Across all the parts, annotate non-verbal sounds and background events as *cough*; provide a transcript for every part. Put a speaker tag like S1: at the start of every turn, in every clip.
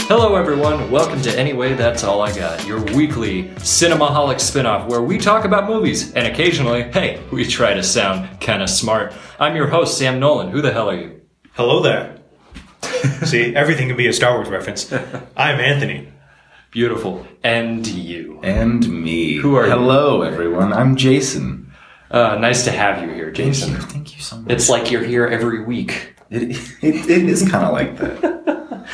S1: everyone. Welcome to Anyway That's All I Got, your weekly Cinemaholic spinoff where we talk about movies and occasionally, hey, we try to sound kinda smart. I'm your host, Sam Nolan. Who the hell are you?
S2: Hello there. See, everything can be a Star Wars reference. I'm Anthony.
S1: Beautiful. And you.
S3: And me.
S1: Who are you?
S3: Hello, everyone. I'm Jason.
S1: Uh, nice to have you here, Jason.
S3: Thank you so much.
S1: It's like you're here every week.
S3: It, it, it is kind of like that.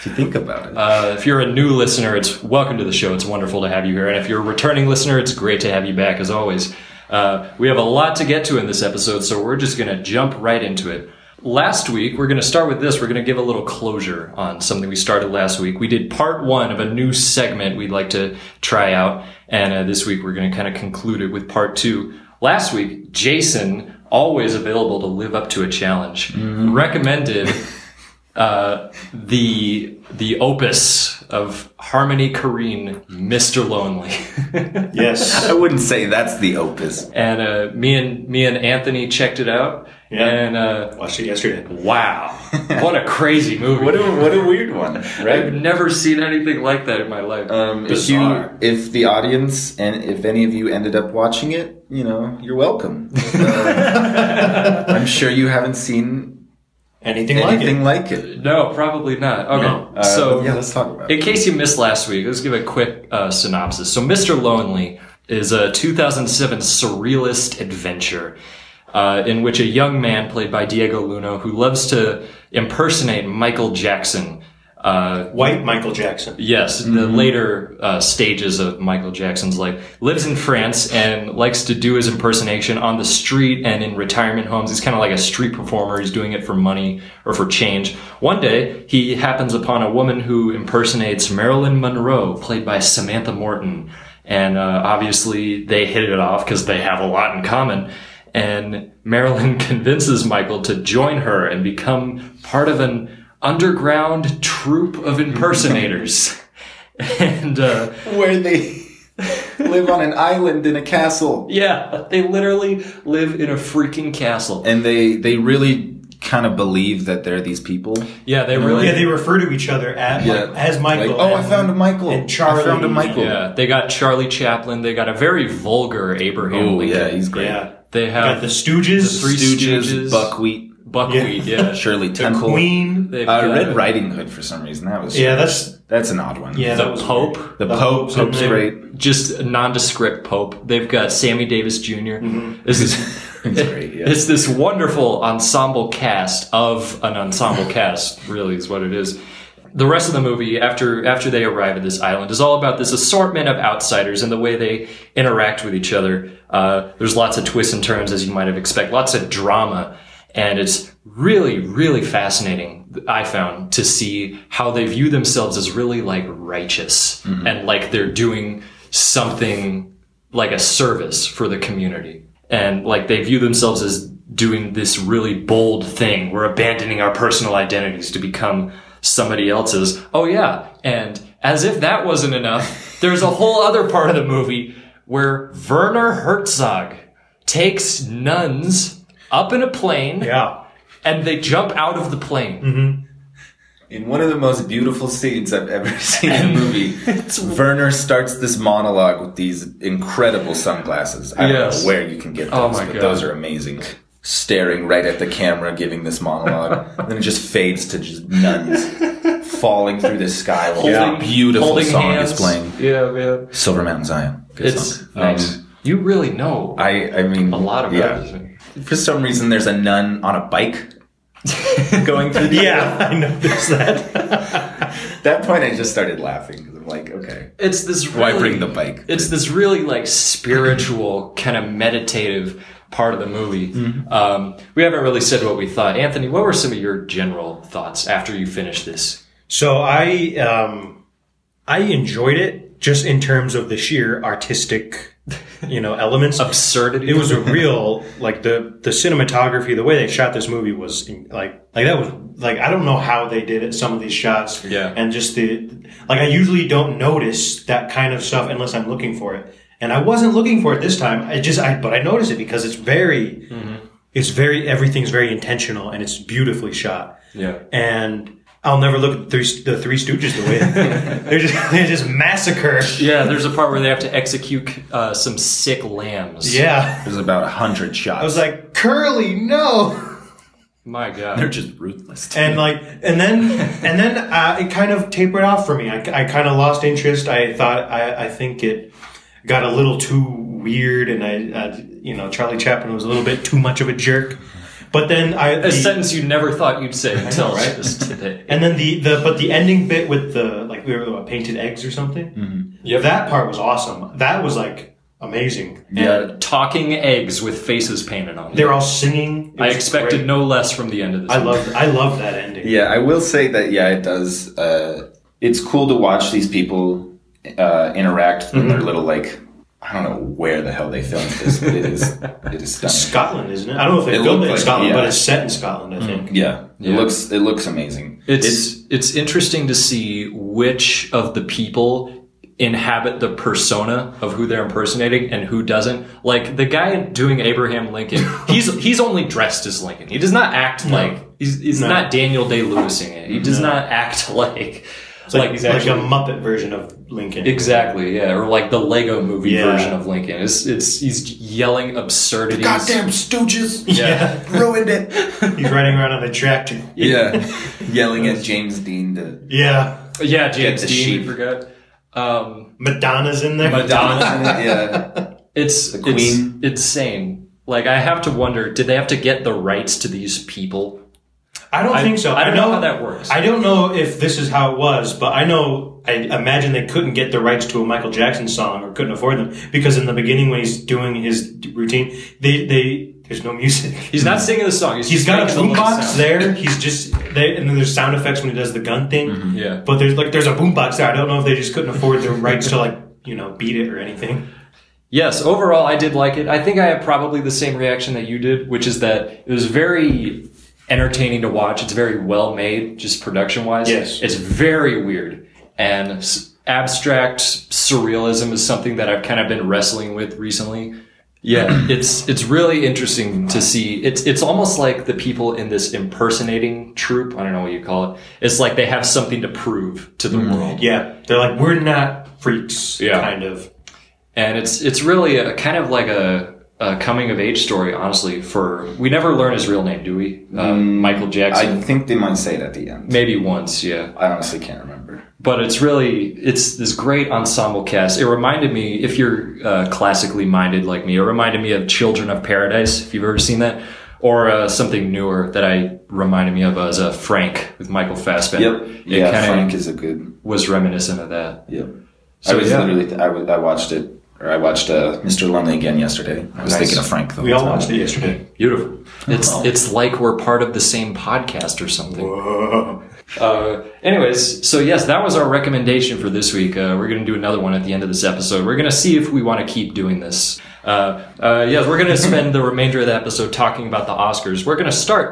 S3: if you think about it.
S1: Uh, if you're a new listener, it's welcome to the show. It's wonderful to have you here. And if you're a returning listener, it's great to have you back as always. Uh, we have a lot to get to in this episode, so we're just going to jump right into it. Last week, we're going to start with this. We're going to give a little closure on something we started last week. We did part one of a new segment we'd like to try out. And uh, this week, we're going to kind of conclude it with part two. Last week, Jason, always available to live up to a challenge, recommended uh, the the opus of Harmony Korine, Mr. Lonely, *laughs*
S2: Yes.
S3: I wouldn't say that's the opus.
S1: and uh, me and me and Anthony checked it out,
S2: Yeah.
S1: and uh,
S2: Watched it yesterday.
S1: wow, what a
S3: *laughs*
S1: crazy movie!
S3: What a, what a weird one,
S1: I've
S3: right?
S1: never seen anything like that in my life.
S3: Um, if
S2: Bizarre.
S3: you, if the audience and if any of you ended up watching it, you know, you're *laughs* welcome. Uh, I'm sure you haven't seen
S2: Anything,
S3: anything
S2: like
S3: like it.
S1: no, probably not. Okay,
S2: No.
S3: Uh,
S1: so
S3: yeah, let's talk about it.
S1: In case you missed last week, let's give a quick uh, synopsis. So, Mr. Lonely is a 2007 surrealist adventure uh, in which a young man played by Diego Luna, who loves to impersonate Michael Jackson, uh,
S2: it? White Michael Jackson.
S1: Yes, the later uh, stages of Michael Jackson's life. Lives in France and likes to do his impersonation on the street and in retirement homes. He's kind of like a street performer. He's doing it for money or for change. One day, he happens upon a woman who impersonates Marilyn Monroe, played by Samantha Morton. And uh, obviously, they hit it off because they have a lot in common. And Marilyn *laughs* convinces Michael to join her and become part of an underground troupe of impersonators. *laughs* and uh,
S3: Where *laughs* they live on an island in a castle.
S1: yeah, they literally live in a freaking castle.
S3: and they they really kind of believe that they're these people.
S1: Yeah, they
S2: Yeah, they
S1: really.
S2: refer to each other as, as Michael.
S3: Like, oh, I
S2: and-
S3: found a Michael.
S2: and Charlie.
S3: I found a Michael.
S1: Yeah, they got Charlie Chaplin. They got a very vulgar Abraham
S3: Oh
S1: Lincoln.
S3: yeah, he's great.
S2: Yeah.
S1: They
S2: Got
S1: have
S2: the Stooges,
S1: Three
S3: Stooges,
S1: Stooges.
S3: Buckwheat,
S1: buckwheat.
S2: *laughs* Yeah.
S1: Yeah,
S3: Shirley
S2: the
S3: Temple,
S2: Queen.
S1: They've
S3: uh,
S1: got
S3: Red Riding Hood. For some reason, that was
S2: Yeah, that's
S3: that's an odd one.
S2: yeah.
S1: The
S2: that was
S1: Pope.
S2: weird.
S3: the Pope.
S2: in
S3: Pope's
S2: there.
S3: great.
S1: just a nondescript Pope. They've got Sammy Davis junior
S2: Mm-hmm.
S1: This is
S2: *laughs*
S3: He's great. Yeah.
S1: It's this wonderful ensemble cast of an ensemble cast, really is what it is. The rest of the movie, after after they arrive at this island, is all about this assortment of outsiders and the way they interact with each other. Uh, there's lots of twists and turns, as you might have expected, lots of drama, and it's really, really fascinating. I found to see how they view themselves as really like righteous
S3: Mm-hmm.
S1: and like they're doing something like a service for the community. And like they view themselves as doing this really bold thing. We're abandoning our personal identities to become somebody else's. Oh yeah. And as if that wasn't enough, there's a whole other part of the movie where Werner Herzog takes nuns up in a plane
S2: Yeah.
S1: and they jump out of the plane.
S3: In one of the most beautiful scenes I've ever *laughs* seen in
S1: *laughs*
S3: a movie, Werner starts this monologue with these incredible sunglasses. I
S1: Yes.
S3: don't know where you can get those,
S1: Oh my
S3: but
S1: God.
S3: those are amazing. Staring right at the camera, giving this monologue,
S1: *laughs*
S3: and then it just fades to just nuns falling through the sky while
S1: Holding-
S3: a beautiful
S1: holding
S3: song
S1: hands.
S3: is playing.
S1: Yeah, man.
S3: Silver Mountain Zion. Good
S1: It's
S3: song.
S1: nice.
S3: Um,
S1: you really know
S3: I I mean
S1: a lot about
S3: yeah.
S1: it.
S3: For some reason, there's a nun on a
S1: *laughs*
S3: bike going through. The
S2: Yeah, *laughs* I noticed that.
S3: At that point, I just started laughing because I'm like, okay,
S1: It's this
S3: why
S1: really,
S3: bring the bike?
S1: It's this really like spiritual kind of meditative part of the movie. Um, we haven't really said what we thought. Anthony, what were some of your general thoughts after you finished this?
S2: So I um I enjoyed it just in terms of the sheer artistic, you know, elements.
S1: Absurdity.
S2: it was a real like the the cinematography the way they shot this movie was like like that was like i don't know how they did it some of these shots
S1: Yeah.
S2: and just the like i usually don't notice that kind of stuff unless i'm looking for it and i wasn't looking for it this time i just i but i noticed it because it's very
S1: Mm-hmm.
S2: it's very everything's very intentional and it's beautifully shot
S1: yeah.
S2: and I'll never look at the Three, the three
S1: *laughs*
S2: Stooges the way they're just they just massacre.
S1: Yeah, there's a part where they have to execute uh, some sick lambs.
S2: Yeah,
S3: There's about a hundred shots.
S2: I was like Curly, no.
S1: My
S3: they're
S1: God.
S3: just ruthless.
S2: And like, and then
S1: *laughs*
S2: and then uh, it kind of tapered off for me. I, I kind of lost interest. I thought I, I think it got a little too weird, and I, I you know Charlie Chaplin was a little bit too much of a jerk. But then I
S1: A
S2: the-
S1: sentence you never thought you'd say until
S2: right?
S1: just *laughs* today.
S2: And then the, the but the ending bit with the like we were what, painted eggs or something. Mm-hmm. Yeah, that part was awesome. That was like amazing.
S3: yeah,
S1: Talking eggs with faces painted on them.
S2: They're all singing. It
S1: I
S2: was
S1: expected
S2: great.
S1: no less from the end of this.
S2: I
S1: movie.
S2: love I love that ending.
S3: yeah. I will say that. Yeah, it does. Uh, it's cool to watch these people uh, interact in their little like. I don't know where the hell they filmed this, but it is it is stunning.
S2: Scotland, isn't it? I don't know if they
S3: It
S2: filmed
S3: looked
S2: it in
S3: like-
S2: Scotland,
S3: yeah.
S2: but it's set in Scotland,
S1: Mm-hmm.
S2: I think.
S3: Yeah, it
S1: Yeah.
S3: looks it looks amazing.
S1: It's, it's interesting to see which of the people inhabit the persona of who they're impersonating and who doesn't. Like the guy doing Abraham
S2: *laughs*
S1: Lincoln, he's he's only dressed as Lincoln. He does not act like he's, he's
S2: No.
S1: not Daniel Day Lewising it. He does not act *laughs* like
S2: It's like,
S1: he's
S2: like
S1: actually
S2: a Muppet version of Lincoln.
S1: exactly yeah, or like the Lego Movie
S2: Yeah.
S1: version of Lincoln. It's it's he's yelling absurdities.
S3: Stooges!
S2: Yeah.
S3: ruined it.
S2: *laughs* He's riding around on a tractor.
S3: Yeah, yelling at James Dean to
S2: Yeah.
S1: Yeah, James
S3: the
S1: Dean, we
S3: sheep.
S1: forgot. Um,
S2: Madonna's in there.
S1: Madonna.
S3: yeah.
S1: it's
S3: The Queen.
S1: it's insane. Like I have to wonder, did they have to get the rights to these people?
S2: I don't
S1: I-
S2: think so.
S1: I don't know
S2: know
S1: how that works.
S2: I don't know if this is how it was, but I know I imagine they couldn't get the rights to a Michael Jackson song or couldn't afford them because in the beginning when he's doing his routine, they they there's
S1: *laughs*
S2: no music.
S1: He's not singing the song. He's,
S2: Hmm. He's
S1: just
S2: got a
S1: making the little
S2: boombox
S1: sound.
S2: there. He's just there, and then there's sound effects when he does the gun thing.
S1: Mm-hmm. Yeah.
S2: But there's like there's a boombox there. I don't know if they just couldn't afford the rights to like you know beat it or anything.
S1: Yes. Overall, I did like it. I think I have probably the same reaction that you did, which is that it was very entertaining to watch. It's very well made, just production wise.
S2: Yes.
S1: It's very weird and s- abstract surrealism is something that I've kind of been wrestling with recently. Yeah, it's it's really interesting to see. It's it's almost like the people in this impersonating troupe. I don't know what you call it. It's like they have something to prove to the world,
S2: Yeah, they're like we're not freaks.
S1: Yeah.
S2: kind of.
S1: and it's it's really a kind of like a, a coming of age story. Honestly, for we never learn his real name, do we? Uh, Michael Jackson,
S3: Mm, I think they might say it at the end.
S1: maybe once. Yeah,
S3: I honestly can't remember.
S1: but it's really it's this great ensemble cast it reminded me if you're uh, classically minded like me it reminded me of children of paradise if you've ever seen that or uh, something newer that i reminded me of as a frank with michael fassbender it
S3: Yeah,
S1: kind
S3: Frank
S1: of
S3: is a good.
S1: was reminiscent of that
S3: Yep.
S1: So,
S3: I was
S1: yeah.
S3: literally. I was. I watched it. Or I watched uh, Mr. Lonely again yesterday. I was
S1: Nice.
S3: thinking of Frank. The
S2: We
S3: whole
S2: all
S3: time.
S2: watched it yesterday.
S1: beautiful it's
S3: Wow.
S1: it's like we're part of the same podcast or something
S2: Whoa.
S1: uh, anyways so yes that was our recommendation for this week uh, we're gonna do another one at the end of this episode we're gonna see if we want to keep doing this uh, uh, yes we're gonna spend the remainder of the episode talking about the oscars we're gonna start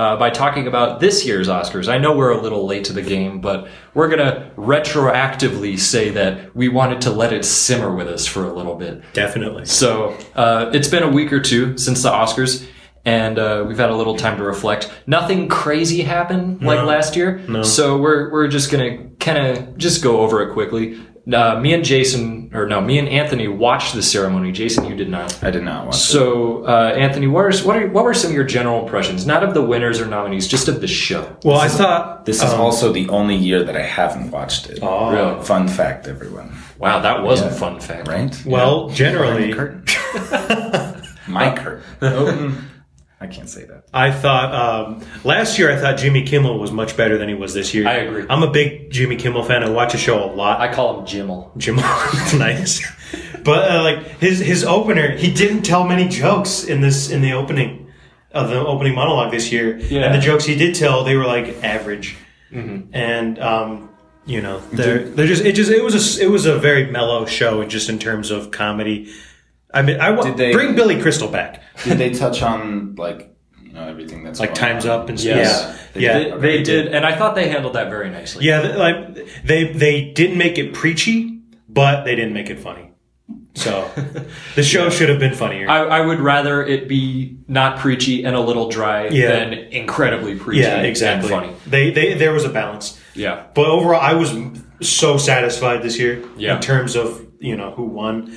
S1: uh, by talking about this year's oscars i know we're a little late to the game but we're gonna retroactively say that we wanted to let it simmer with us for a little bit
S2: Definitely.
S1: so uh, it's been a week or two since the Oscars, and uh, we've had a little time to reflect. Nothing crazy happened like last year, so we're we're just gonna kind of just go over it quickly. Uh, me and Jason, or no, me and Anthony watched the ceremony. Jason, you did not.
S3: I did not watch.
S1: So, uh, Anthony, what are what are what were some of your general impressions? Not of the winners or nominees, just of the show.
S2: Well, I thought
S3: it. This is also the only year that I haven't watched it.
S2: Um, Oh.
S1: Really?
S3: Fun fact, everyone.
S1: Wow, that was a fun fact.
S3: Right?
S2: Well, generally, *laughs*
S3: My Kurt. Oh, I can't say that.
S2: I thought um, last year I thought Jimmy Kimmel was much better than he was this year.
S1: I agree.
S2: I'm a big Jimmy Kimmel fan. I watch his show a lot.
S1: I call him Jimmel.
S2: Jim, *laughs* it's nice, but uh, like his his opener, he didn't tell many jokes in this in the opening of the opening monologue this year.
S1: Yeah. Mm-hmm.
S2: And the jokes he did tell, they were like average, and um, you know, they're they're just it just it was a s- it was a very mellow show, and just in terms of comedy. I mean, I want
S3: Did they-
S2: bring Billy Crystal back.
S3: Did they touch on like you know everything that's
S2: like
S3: going
S2: times
S3: on?
S2: up and
S1: Yes.
S2: yeah, yeah,
S1: They, they did, and I thought they handled that very nicely.
S2: yeah. th- Like they they didn't make it preachy, but they didn't make it funny.
S1: *laughs*
S2: So the show should have been funnier.
S1: I, I would rather it be not preachy and a little dry
S2: Yeah.
S1: than incredibly preachy
S2: yeah, exactly.
S1: and funny.
S2: They they there was a balance.
S1: Yeah.
S2: But overall, I was so satisfied this year
S1: Yeah.
S2: in terms of you know who won.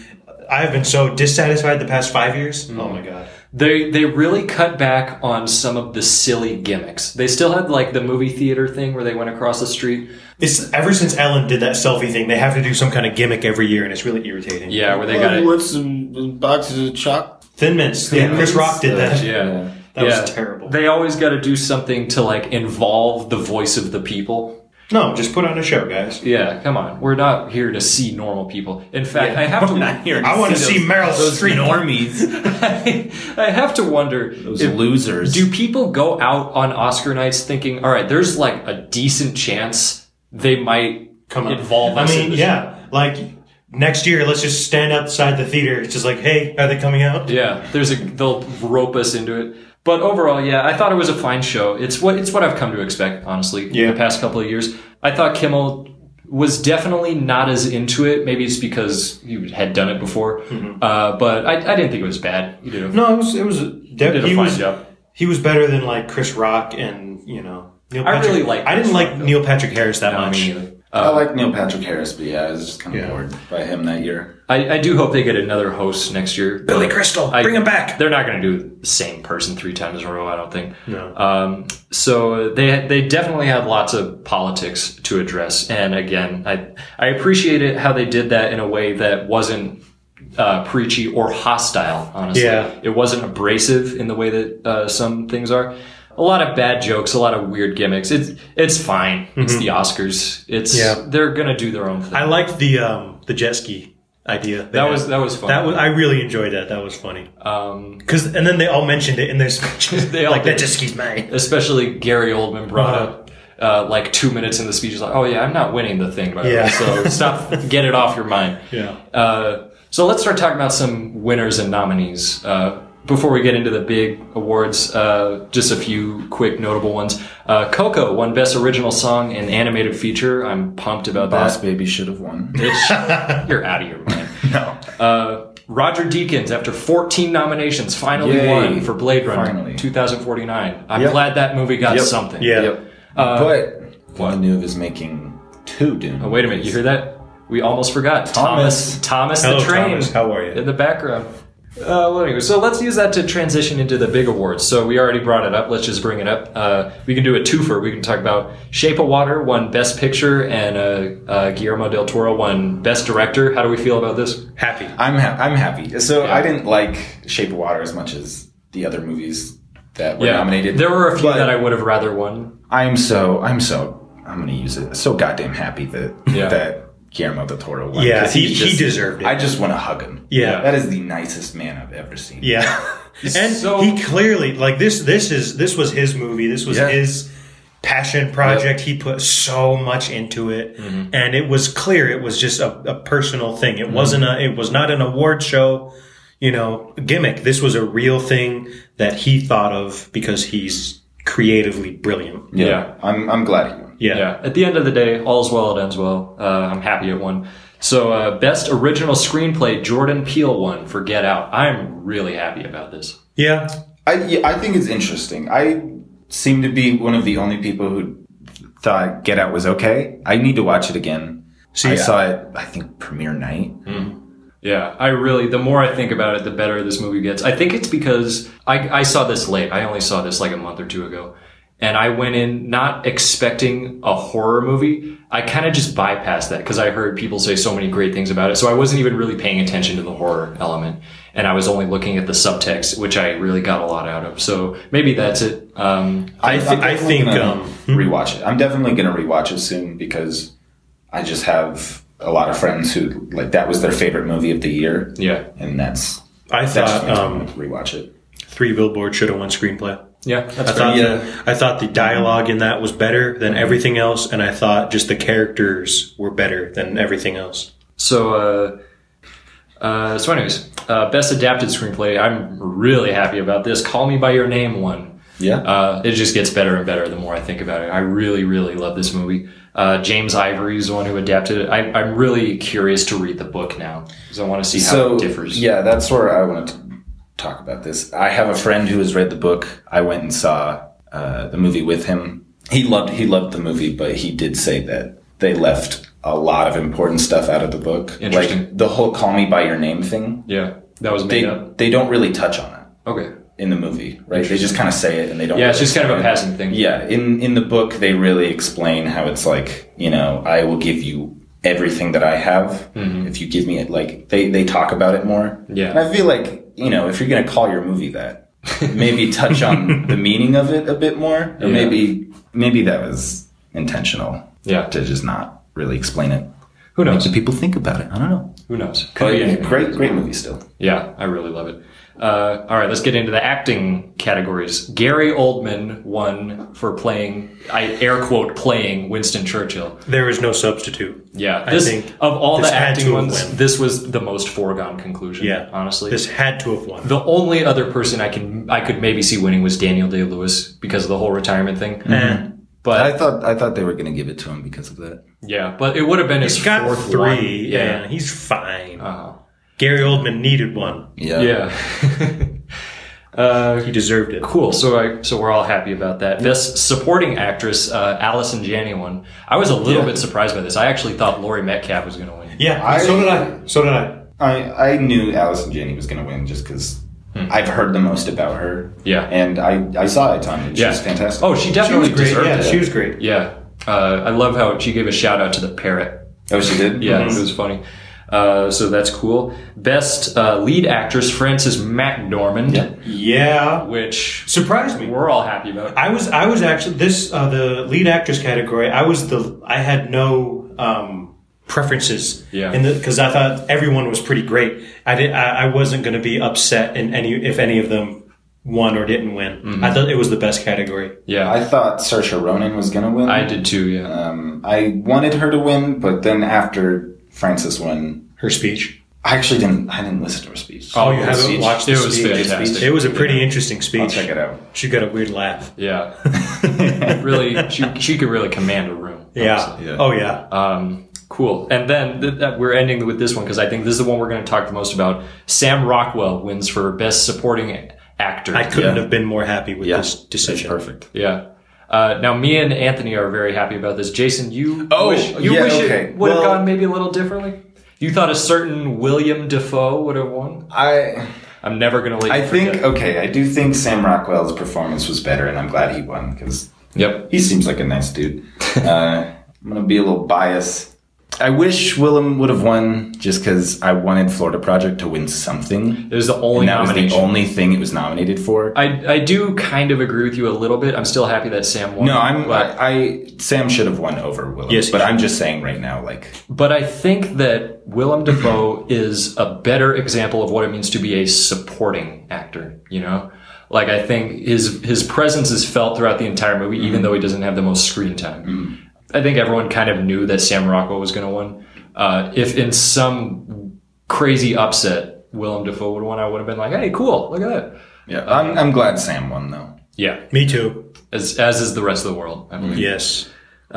S2: I have been so dissatisfied the past five years.
S1: Mm-hmm.
S2: Oh my god!
S1: They they really cut back on some of the silly gimmicks. They still had like the movie theater thing where they went across the street.
S2: It's ever since Ellen did that selfie thing, they have to do some kind of gimmick every year, and it's really irritating.
S1: Yeah, where they got it.
S3: What's some boxes of chalk?
S2: Thin Mints. Yeah, Chris
S3: Mints,
S2: Rock did
S3: uh,
S2: that.
S1: Yeah.
S2: That was
S1: Yeah.
S2: terrible.
S1: They always got to do something to like involve the voice of the people.
S2: No, just put on a show, guys.
S1: Yeah, come on. We're not here to see normal people. In fact, I *laughs* have to
S2: I wanna see
S4: those-
S2: Meryl
S4: those
S2: Streep.
S4: normies,
S1: I, *laughs* I have to wonder
S4: those
S1: if-
S4: losers.
S1: do people go out on Oscar nights thinking, all right, there's like a decent chance they might
S2: *laughs* Come on.
S1: involve
S2: I
S1: us in
S2: mean,
S1: this-
S2: yeah. Like next year, let's just stand outside the theater. It's just like, hey, are they coming out?
S1: Yeah, there's a they'll rope us into it. But overall, yeah, I thought it was a fine show. It's what it's what I've come to expect, honestly.
S2: Yeah.
S1: The past couple of years, I thought Kimmel was definitely not as into it. Maybe it's because he had done it before,
S2: Mm-hmm.
S1: uh, but I, I didn't think it was bad. You know,
S2: No, it was it was
S1: did a
S2: he
S1: fine
S2: was
S1: job.
S2: he was better than like Chris Rock and you know Neil
S1: I
S2: Patrick.
S1: really like
S2: I didn't
S1: Chris
S2: like
S1: Rock, though.
S2: Neil Patrick Harris that
S1: I
S2: much.
S1: mean,
S3: Uh, I like Neil Patrick Harris, but yeah, I was just kind of
S2: Yeah.
S3: bored by him that year.
S1: I, I do hope they get another host next year.
S2: Billy
S1: but
S2: Crystal,
S1: I-
S2: bring him back.
S1: They're not going to do the same person three times in a row. I don't think.
S2: No.
S1: Um, so they they definitely had lots of politics to address, and again, I I appreciate it how they did that in a way that wasn't uh, preachy or hostile. Honestly,
S2: Yeah.
S1: it wasn't abrasive in the way that uh, some things are. A lot of bad jokes, a lot of weird gimmicks. It's it's fine. It's the Oscars. It's
S2: Mm-hmm. Yeah.
S1: they're gonna do their own thing.
S2: I liked the um the jet ski idea.
S1: that was that was fun.
S2: that was I really enjoyed that. That was funny.
S1: um,
S2: Cause and then they all mentioned it in their
S1: *laughs*
S2: speeches.
S1: They all
S2: like
S1: did.
S2: that jet ski's mine.
S1: *laughs* especially Gary Oldman brought up uh, like two minutes in the speech. He's like, "Oh yeah, I'm not winning the thing, by the
S2: Yeah.
S1: way, so stop, get it off your mind."
S2: Yeah.
S1: Uh, so let's start talking about some winners and nominees. Uh, before we get into the big awards, uh, just a few quick notable ones. Uh, Coco won Best Original Song and Animated Feature. I'm pumped about
S3: Boss
S1: that.
S3: Baby should have won. *laughs*
S1: Bitch, You're out of your mind.
S3: no.
S1: Uh, Roger Deakins, after 14 nominations, finally
S3: Yay.
S1: won for Blade Runner
S3: Finally.
S1: 2049. I'm
S3: Yep.
S1: glad that movie got
S3: Yep.
S1: something.
S2: Yeah.
S3: Yep. but
S1: Uh, what?
S3: what? knew is making two Dune.
S1: Oh, wait a minute, you hear that? We almost forgot Thomas.
S3: Thomas.
S1: Thomas,
S2: Hello,
S1: the train.
S2: Thomas. How are you?
S1: In the background. Uh, well, anyway, so let's use that to transition into the big awards. So we already brought it up. Let's just bring it up. Uh, we can do a twofer. We can talk about Shape of Water won Best Picture, and uh, uh, Guillermo del Toro won Best Director. How do we feel about this?
S2: Happy.
S3: I'm ha- I'm happy. So
S1: Yeah.
S3: I didn't like Shape of Water as much as the other movies that were nominated.
S1: There were a few
S3: But
S1: that I would have rather won.
S3: I'm so I'm so I'm gonna use it. So goddamn happy that
S1: Yeah.
S3: that Guillermo del Toro won.
S2: Yeah,
S3: 'Cause
S2: he-
S3: he's
S2: he deserved it.
S3: I just want to hug him.
S2: Yeah.
S3: that is the nicest man I've ever seen.
S2: *laughs* Yeah. and
S1: so-
S2: he clearly like this this is this was his movie. This was
S3: Yeah.
S2: his passion project. He put so much into it. And it was clear it was just a, a personal thing. It wasn't a it was not an award show, you know, gimmick. This was a real thing that he thought of because he's creatively brilliant.
S3: yeah.
S1: Yeah.
S3: I'm I'm glad he won.
S2: Yeah.
S1: Yeah. At the end of the day, all's well that ends well. Uh, I'm happy it won. So, uh, best original screenplay, Jordan Peele won for Get Out. I'm really happy about this.
S2: Yeah.
S3: I yeah, I think it's interesting. I seem to be one of the only people who thought Get Out was okay. I need to watch it again.
S2: See,
S3: I saw it. I think premiere night.
S1: Yeah, I really, the more I think about it, the better this movie gets. I think it's because I, I saw this late. I only saw this like a month or two ago. And I went in not expecting a horror movie. I kind of just bypassed that because I heard people say so many great things about it. So I wasn't even really paying attention to the horror element. And I was only looking at the subtext, which I really got a lot out of. So maybe that's it. Um,
S2: I,
S3: I'm
S2: thi- I
S3: definitely
S2: think
S3: gonna
S2: um
S3: rewatch it. I'm definitely gonna rewatch it soon because I just have a lot of friends who like that was their favorite movie of the year,
S1: yeah.
S3: and that's
S2: I
S3: that just
S2: thought
S3: makes
S2: um
S3: me rewatch it.
S2: Three Billboards should have won screenplay.
S1: Yeah.
S2: I
S1: That's
S2: thought,
S3: Yeah.
S2: the, I thought the dialogue in that was better than everything else, and I thought just the characters were better than everything else.
S1: So, uh, uh, so anyways, uh, best adapted screenplay. I'm really happy about this. Call Me by Your Name one.
S3: Yeah.
S1: Uh, it just gets better and better the more I think about it. I really, really love this movie. Uh, James Ivory is the one who adapted it. I, I'm really curious to read the book now because I want to see how
S3: so
S1: it differs.
S3: yeah, that's where I want to talk about this. I have a friend who has read the book. I went and saw uh, the movie with him. He loved he loved the movie, but he did say that they left a lot of important stuff out of the book.
S1: Interesting.
S3: Like the whole "Call Me by Your Name" thing.
S1: Yeah, that was made
S3: They
S1: up.
S3: they don't really touch on it
S1: Okay.
S3: in the movie, right? They just kind of say it, and they don't.
S1: Yeah, it's
S3: really
S1: just kind of a
S3: explain it.
S1: passing thing.
S3: Yeah, in in the book they really explain how it's like, you know, I will give you everything that I have if you give me it. Like they they talk about it more.
S1: Mm-hmm. Yeah.
S3: and I feel like you know if you're gonna call your movie that,
S1: *laughs*
S3: maybe touch on the meaning of it a bit more,
S1: Yeah.
S3: or maybe maybe that was intentional
S1: Yeah.
S3: to just not really explain it.
S1: Who
S3: Make
S1: knows?
S3: the people think about it. I don't know.
S1: Who knows? Could
S3: But
S1: be
S3: Oh, yeah,
S1: anything.
S3: great great movie still.
S1: Yeah, I really love it. Uh, all right, let's get into the acting categories. Gary Oldman won for playing, I air quote, playing Winston Churchill.
S2: There is no substitute.
S1: Yeah,
S2: I
S1: this,
S2: think
S1: of all
S2: this
S1: the
S2: had
S1: acting
S2: to
S1: ones,
S2: win.
S1: this was the most foregone conclusion.
S2: Yeah.
S1: honestly,
S2: This had to have won.
S1: the only other person I can I could maybe see winning was Daniel Day Lewis because of the whole retirement thing.
S2: Eh.
S1: But
S3: I thought I thought they were gonna give it to him because of that.
S1: yeah, but it would have been his
S2: He's got
S1: fourth
S2: three,
S1: one.
S2: yeah.
S1: Yeah,
S2: he's fine.
S1: Uh-huh.
S2: Gary Oldman needed one.
S3: Yeah.
S1: yeah. uh,
S2: He deserved it.
S1: Cool. So I so we're all happy about that. Best supporting actress, uh, Allison Janney won. I was a little bit surprised by this. I actually thought Laurie Metcalf was going to win.
S2: Yeah,
S3: I-
S2: so did I. So did I.
S3: I, I knew Alice and Janney was going to win just because I've heard the most about her.
S1: Hmm. Yeah.
S3: And I, I saw it, Tommy. She's
S1: Yeah.
S3: fantastic.
S1: Oh, she
S2: She
S1: definitely
S2: was great.
S1: deserved
S2: Yeah,
S1: it.
S2: she was great.
S1: Yeah. Uh, I love how she gave a shout out to the parrot.
S3: oh, she did?
S1: Yeah,
S2: Mm-hmm.
S1: it was funny. Uh, so that's cool. Best uh, lead actress, Frances McDormand,
S3: Yeah.
S2: Yeah,
S1: which
S2: surprised me.
S1: we're all happy about.
S2: I was I was actually this uh, the lead actress category. I was the I had no um, preferences.
S1: Yeah.
S2: In because I thought everyone was pretty great. I did I, I wasn't going to be upset in any if any of them won or didn't win. I thought it was the best category.
S1: Yeah,
S3: I thought Saoirse Ronan was going to win.
S1: I did too. Yeah.
S2: Uh,
S3: Um, I wanted her to win, but then after Frances won,
S2: Her speech.
S3: I actually didn't. I didn't listen to her speech.
S1: Oh,
S2: you
S1: her
S2: haven't
S1: speech.
S2: watched the
S1: It was
S2: speech?
S1: fantastic.
S2: It was a pretty interesting speech.
S3: I'll check it out.
S2: She got a weird laugh.
S1: Yeah.
S2: *laughs*
S1: really, she she could really command a room.
S2: Yeah.
S1: honestly.
S3: Yeah.
S2: Oh yeah.
S1: Um, cool. And then th- that we're ending with this one because I think this is the one we're going to talk the most about. Sam Rockwell wins for best supporting a- actor.
S2: I couldn't
S3: yeah.
S2: have been more happy with
S3: Yeah.
S2: this decision.
S3: Perfect.
S1: yeah. Uh, now me and Anthony are very happy about this. Jason, you
S3: Oh,
S1: wish, you
S3: yeah,
S1: wish
S3: okay.
S1: it would have
S3: Well-
S1: gone maybe a little differently. You thought a certain William Defoe would have won.
S3: I
S1: I'm never going to let you.
S3: I think
S1: forget.
S3: okay. I do think Sam Rockwell's performance was better, and I'm glad he won because
S1: Yep.
S3: He seems like a nice dude.
S1: *laughs*
S3: Uh, I'm gonna be a little biased. I wish Willem would have won just because I wanted Florida Project to win something.
S1: It was the only
S3: And that was the
S1: nomination.
S3: only thing it was nominated for.
S1: I I do kind of agree with you a little bit. I'm still happy that Sam won.
S3: no, I'm.
S1: but-
S3: I, I Sam should have won over Willem.
S2: Yes, he
S3: but
S2: should.
S3: I'm just saying right now, like
S1: But I think that Willem Dafoe is a better example of what it means to be a supporting actor, you know? Like I think his his presence is felt throughout the entire movie, even though he doesn't have the most screen time. I think everyone kind of knew that Sam Rockwell was going to win. Uh, if in some crazy upset Willem Dafoe would have won, I would have been like, "Hey, cool! Look at that!"
S3: yeah, I'm, I'm glad Sam won though.
S1: Yeah,
S2: Me too.
S1: as as is the rest of the world. I believe.
S2: Yes.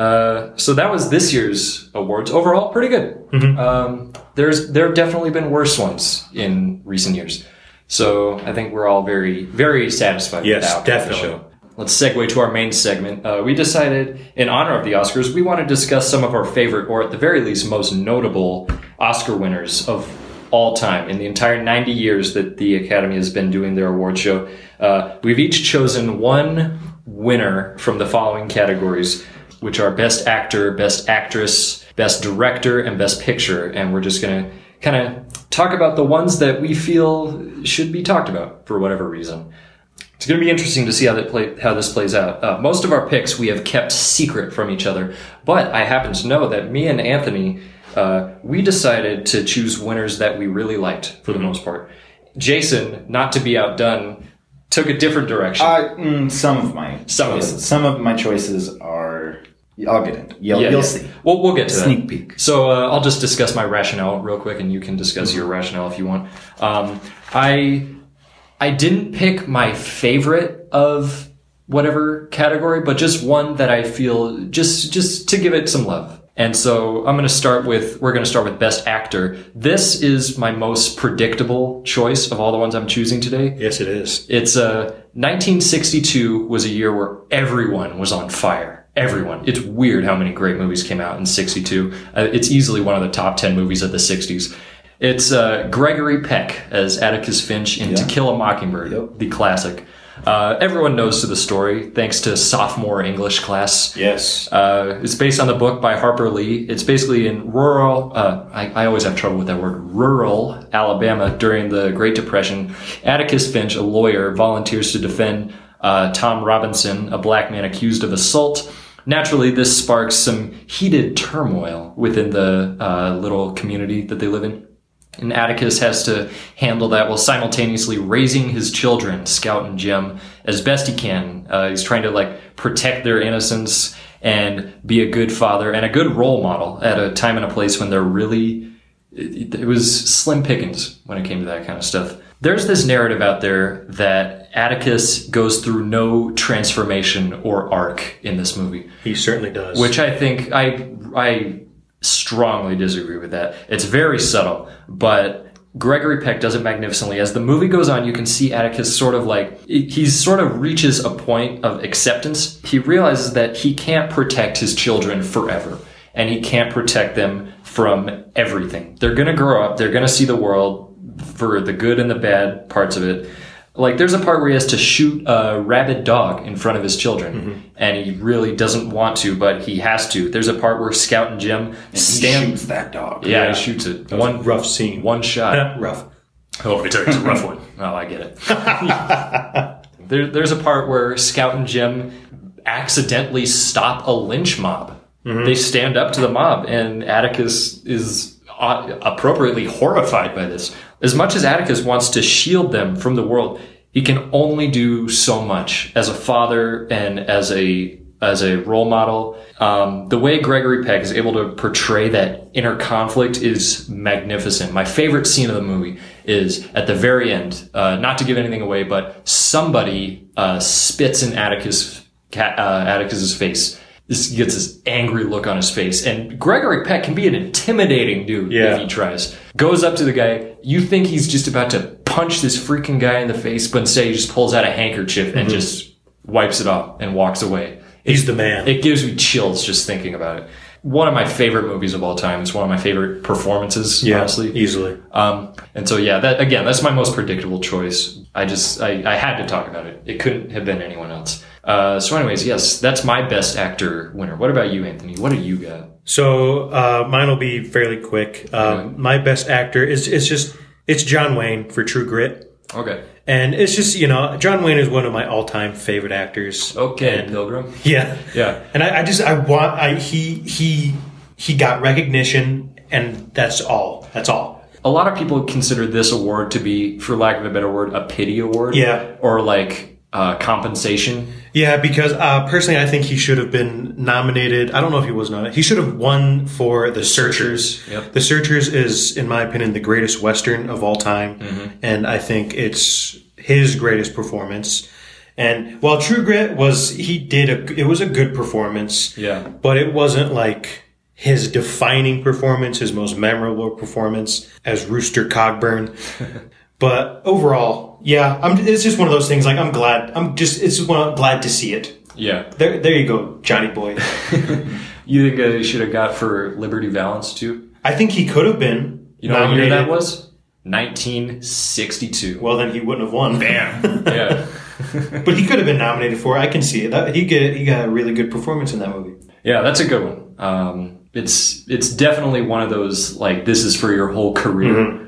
S1: Uh, so that was this year's awards. Overall, pretty good.
S2: Mm-hmm.
S1: Um, there's there have definitely been worse ones in recent years. So I think we're all very very satisfied. with
S2: Yes,
S1: the outcome of the
S2: definitely.
S1: show. Let's segue to our main segment. Uh, we decided, in honor of the Oscars, we want to discuss some of our favorite, or at the very least, most notable Oscar winners of all time in the entire 90 years that the Academy has been doing their award show. Uh, we've each chosen one winner from the following categories, which are Best Actor, Best Actress, Best Director, and Best Picture. And we're just going to kind of talk about the ones that we feel should be talked about for whatever reason. It's going to be interesting to see how that play, how this plays out. Uh, most of our picks we have kept secret from each other, but I happen to know that me and Anthony uh, we decided to choose winners that we really liked for the most part. Jason, not to be outdone, took a different direction.
S3: Uh, mm, some of my
S1: Some of
S3: choices, some of my choices are. I'll get into. You'll,
S1: Yeah,
S3: you'll
S1: yeah.
S3: see.
S1: We'll, we'll get to
S3: Sneak
S1: that.
S3: peek.
S1: So uh, I'll just discuss my rationale real quick, and you can discuss your rationale if you want. Um, I I didn't pick my favorite of whatever category, but just one that I feel just just to give it some love. And so I'm going to start with we're going to start with best actor. This is my most predictable choice of all the ones I'm choosing today.
S2: Yes, it is.
S1: It's uh, 1962 was a year where everyone was on fire. Everyone. It's weird how many great movies came out in 62. Uh, it's easily one of the top 10 movies of the 60s. It's uh, Gregory Peck as Atticus Finch in To Kill a Mockingbird,
S3: Yep.
S1: the classic. Uh, everyone knows to the story thanks to sophomore English class.
S2: Yes.
S1: Uh, it's based on the book by Harper Lee. It's basically in rural, uh, I, I always have trouble with that word, rural Alabama during the Great Depression. Atticus Finch, a lawyer, volunteers to defend uh, Tom Robinson, a black man accused of assault. Naturally, this sparks some heated turmoil within the uh, little community that they live in. And Atticus has to handle that while simultaneously raising his children, Scout and Jim, as best he can. Uh, he's trying to like protect their innocence and be a good father and a good role model at a time and a place when they're really. It, it was slim pickings when it came to that kind of stuff. There's this narrative out there that Atticus goes through no transformation or arc in this movie
S2: He certainly does.
S1: which I think I I strongly disagree with that. It's very subtle, but Gregory Peck does it magnificently. As the movie goes on, you can see Atticus sort of like he sort of reaches a point of acceptance. He realizes that he can't protect his children forever, and he can't protect them from everything. They're gonna grow up. They're gonna see the world for the good and the bad parts of it. Like there's a part where he has to shoot a rabid dog in front of his children, and he really doesn't want to, but he has to. There's a part where Scout and Jim
S3: Stan
S1: stand.
S3: shoots that dog.
S1: Yeah, he shoots it
S2: one
S1: one
S2: rough scene.
S1: one shot.
S2: rough.
S1: Oh, it's a, it's a rough one. Oh, I get it. *laughs* there, there's a part where Scout and Jim accidentally stop a lynch mob. They stand up to the mob, and Atticus is uh, appropriately horrified by this. As much as Atticus wants to shield them from the world, he can only do so much as a father and as a as a role model. Um, the way Gregory Peck is able to portray that inner conflict is magnificent. My favorite scene of the movie is at the very end, uh, not to give anything away, but somebody uh, spits in Atticus, ca- uh, Atticus's face. This gets this angry look on his face. And Gregory Peck can be an intimidating dude
S2: Yeah.
S1: if he tries. Goes up to the guy. You think he's just about to punch this freaking guy in the face, but instead he just pulls out a handkerchief and just wipes it off and walks away.
S2: He's the man.
S1: It gives me chills just thinking about it. One of my favorite movies of all time. It's one of my favorite performances, honestly.
S2: easily.
S1: Um, and so, yeah, that again, that's my most predictable choice. I just, I, I had to talk about it. It couldn't have been anyone else. Uh, so, anyways, yes, that's my best actor winner. What about you, Anthony? What do you got?
S2: So uh, mine will be fairly quick. Um, my best actor is it's just it's John Wayne for True Grit,
S1: Okay.
S2: and it's just you know John Wayne is one of my all time favorite actors.
S1: Okay, Pilgrim.
S2: Yeah,
S1: Oh. Yeah.
S2: And I, I just I want I he he he got recognition, and that's all. That's all.
S1: A lot of people consider this award to be, for lack of a better word, a pity award.
S2: Yeah.
S1: Or like uh, compensation.
S2: Yeah, because uh, personally, I think he should have been nominated. I don't know if he was nominated. He should have won for The Searchers.
S1: Yep.
S2: The Searchers is, in my opinion, the greatest Western of all time.
S1: Mm-hmm.
S2: And I think it's his greatest performance. And while True Grit was, he did a, it was a good performance.
S1: Yeah.
S2: But it wasn't like his defining performance, his most memorable performance as Rooster Cogburn. but overall, yeah, I'm, it's just one of those things. Like I'm glad. I'm just it's just one. I'm glad to see it.
S1: Yeah.
S2: There, there you go,
S1: *laughs*
S2: Johnny Boy.
S1: You think uh, they should have got for Liberty Valance too?
S2: I think he could have been.
S1: You know what year that was? 1962.
S2: Well, then he wouldn't have won. Bam.
S1: yeah.
S2: *laughs* but he could have been nominated for. it. I can see it. That, he get he got a really good performance in that movie.
S1: Yeah, that's a good one. Um, it's it's definitely one of those like this is for your whole career.
S2: Mm-hmm.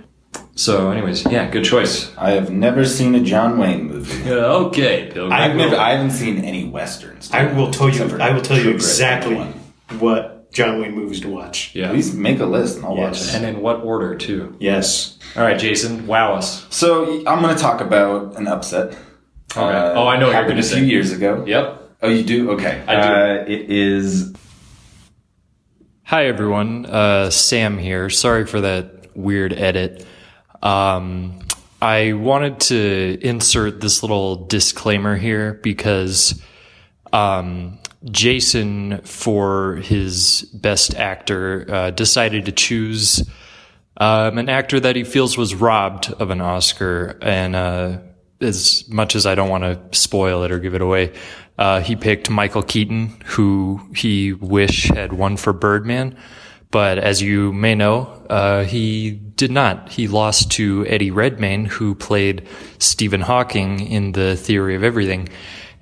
S1: So, anyways, yeah, good choice.
S3: I have never seen a John Wayne movie.
S1: Yeah, okay, Bill.
S2: I
S3: I've never,
S2: will-
S3: I haven't seen any westerns.
S2: I will tell you.
S3: Except for
S2: I will tell
S3: True
S2: you
S3: Grit,
S2: exactly
S3: that one.
S2: what John Wayne movies to watch.
S3: At
S1: yeah.
S3: least make a list and I'll watch
S2: Yes.
S3: it.
S1: And in what order too?
S2: Yes.
S1: All right, Jason, wow us.
S3: So I'm going to talk about an upset.
S1: Okay. Oh, I know what you're
S3: Happened
S1: gonna
S3: a
S1: say.
S3: few years ago.
S1: Yep.
S3: Oh, you do? Okay.
S1: I do.
S3: Uh, it is
S1: Hi, everyone. Uh, Sam here. Sorry for that weird edit. Um, I wanted to insert this little disclaimer here because um, Jason, for his best actor, uh, decided to choose um, an actor that he feels was robbed of an Oscar. And uh, as much as I don't want to spoil it or give it away, uh, he picked Michael Keaton, who he wish had won for Birdman. But as you may know, uh, he did not. He lost to Eddie Redmayne, who played Stephen Hawking in The Theory of Everything.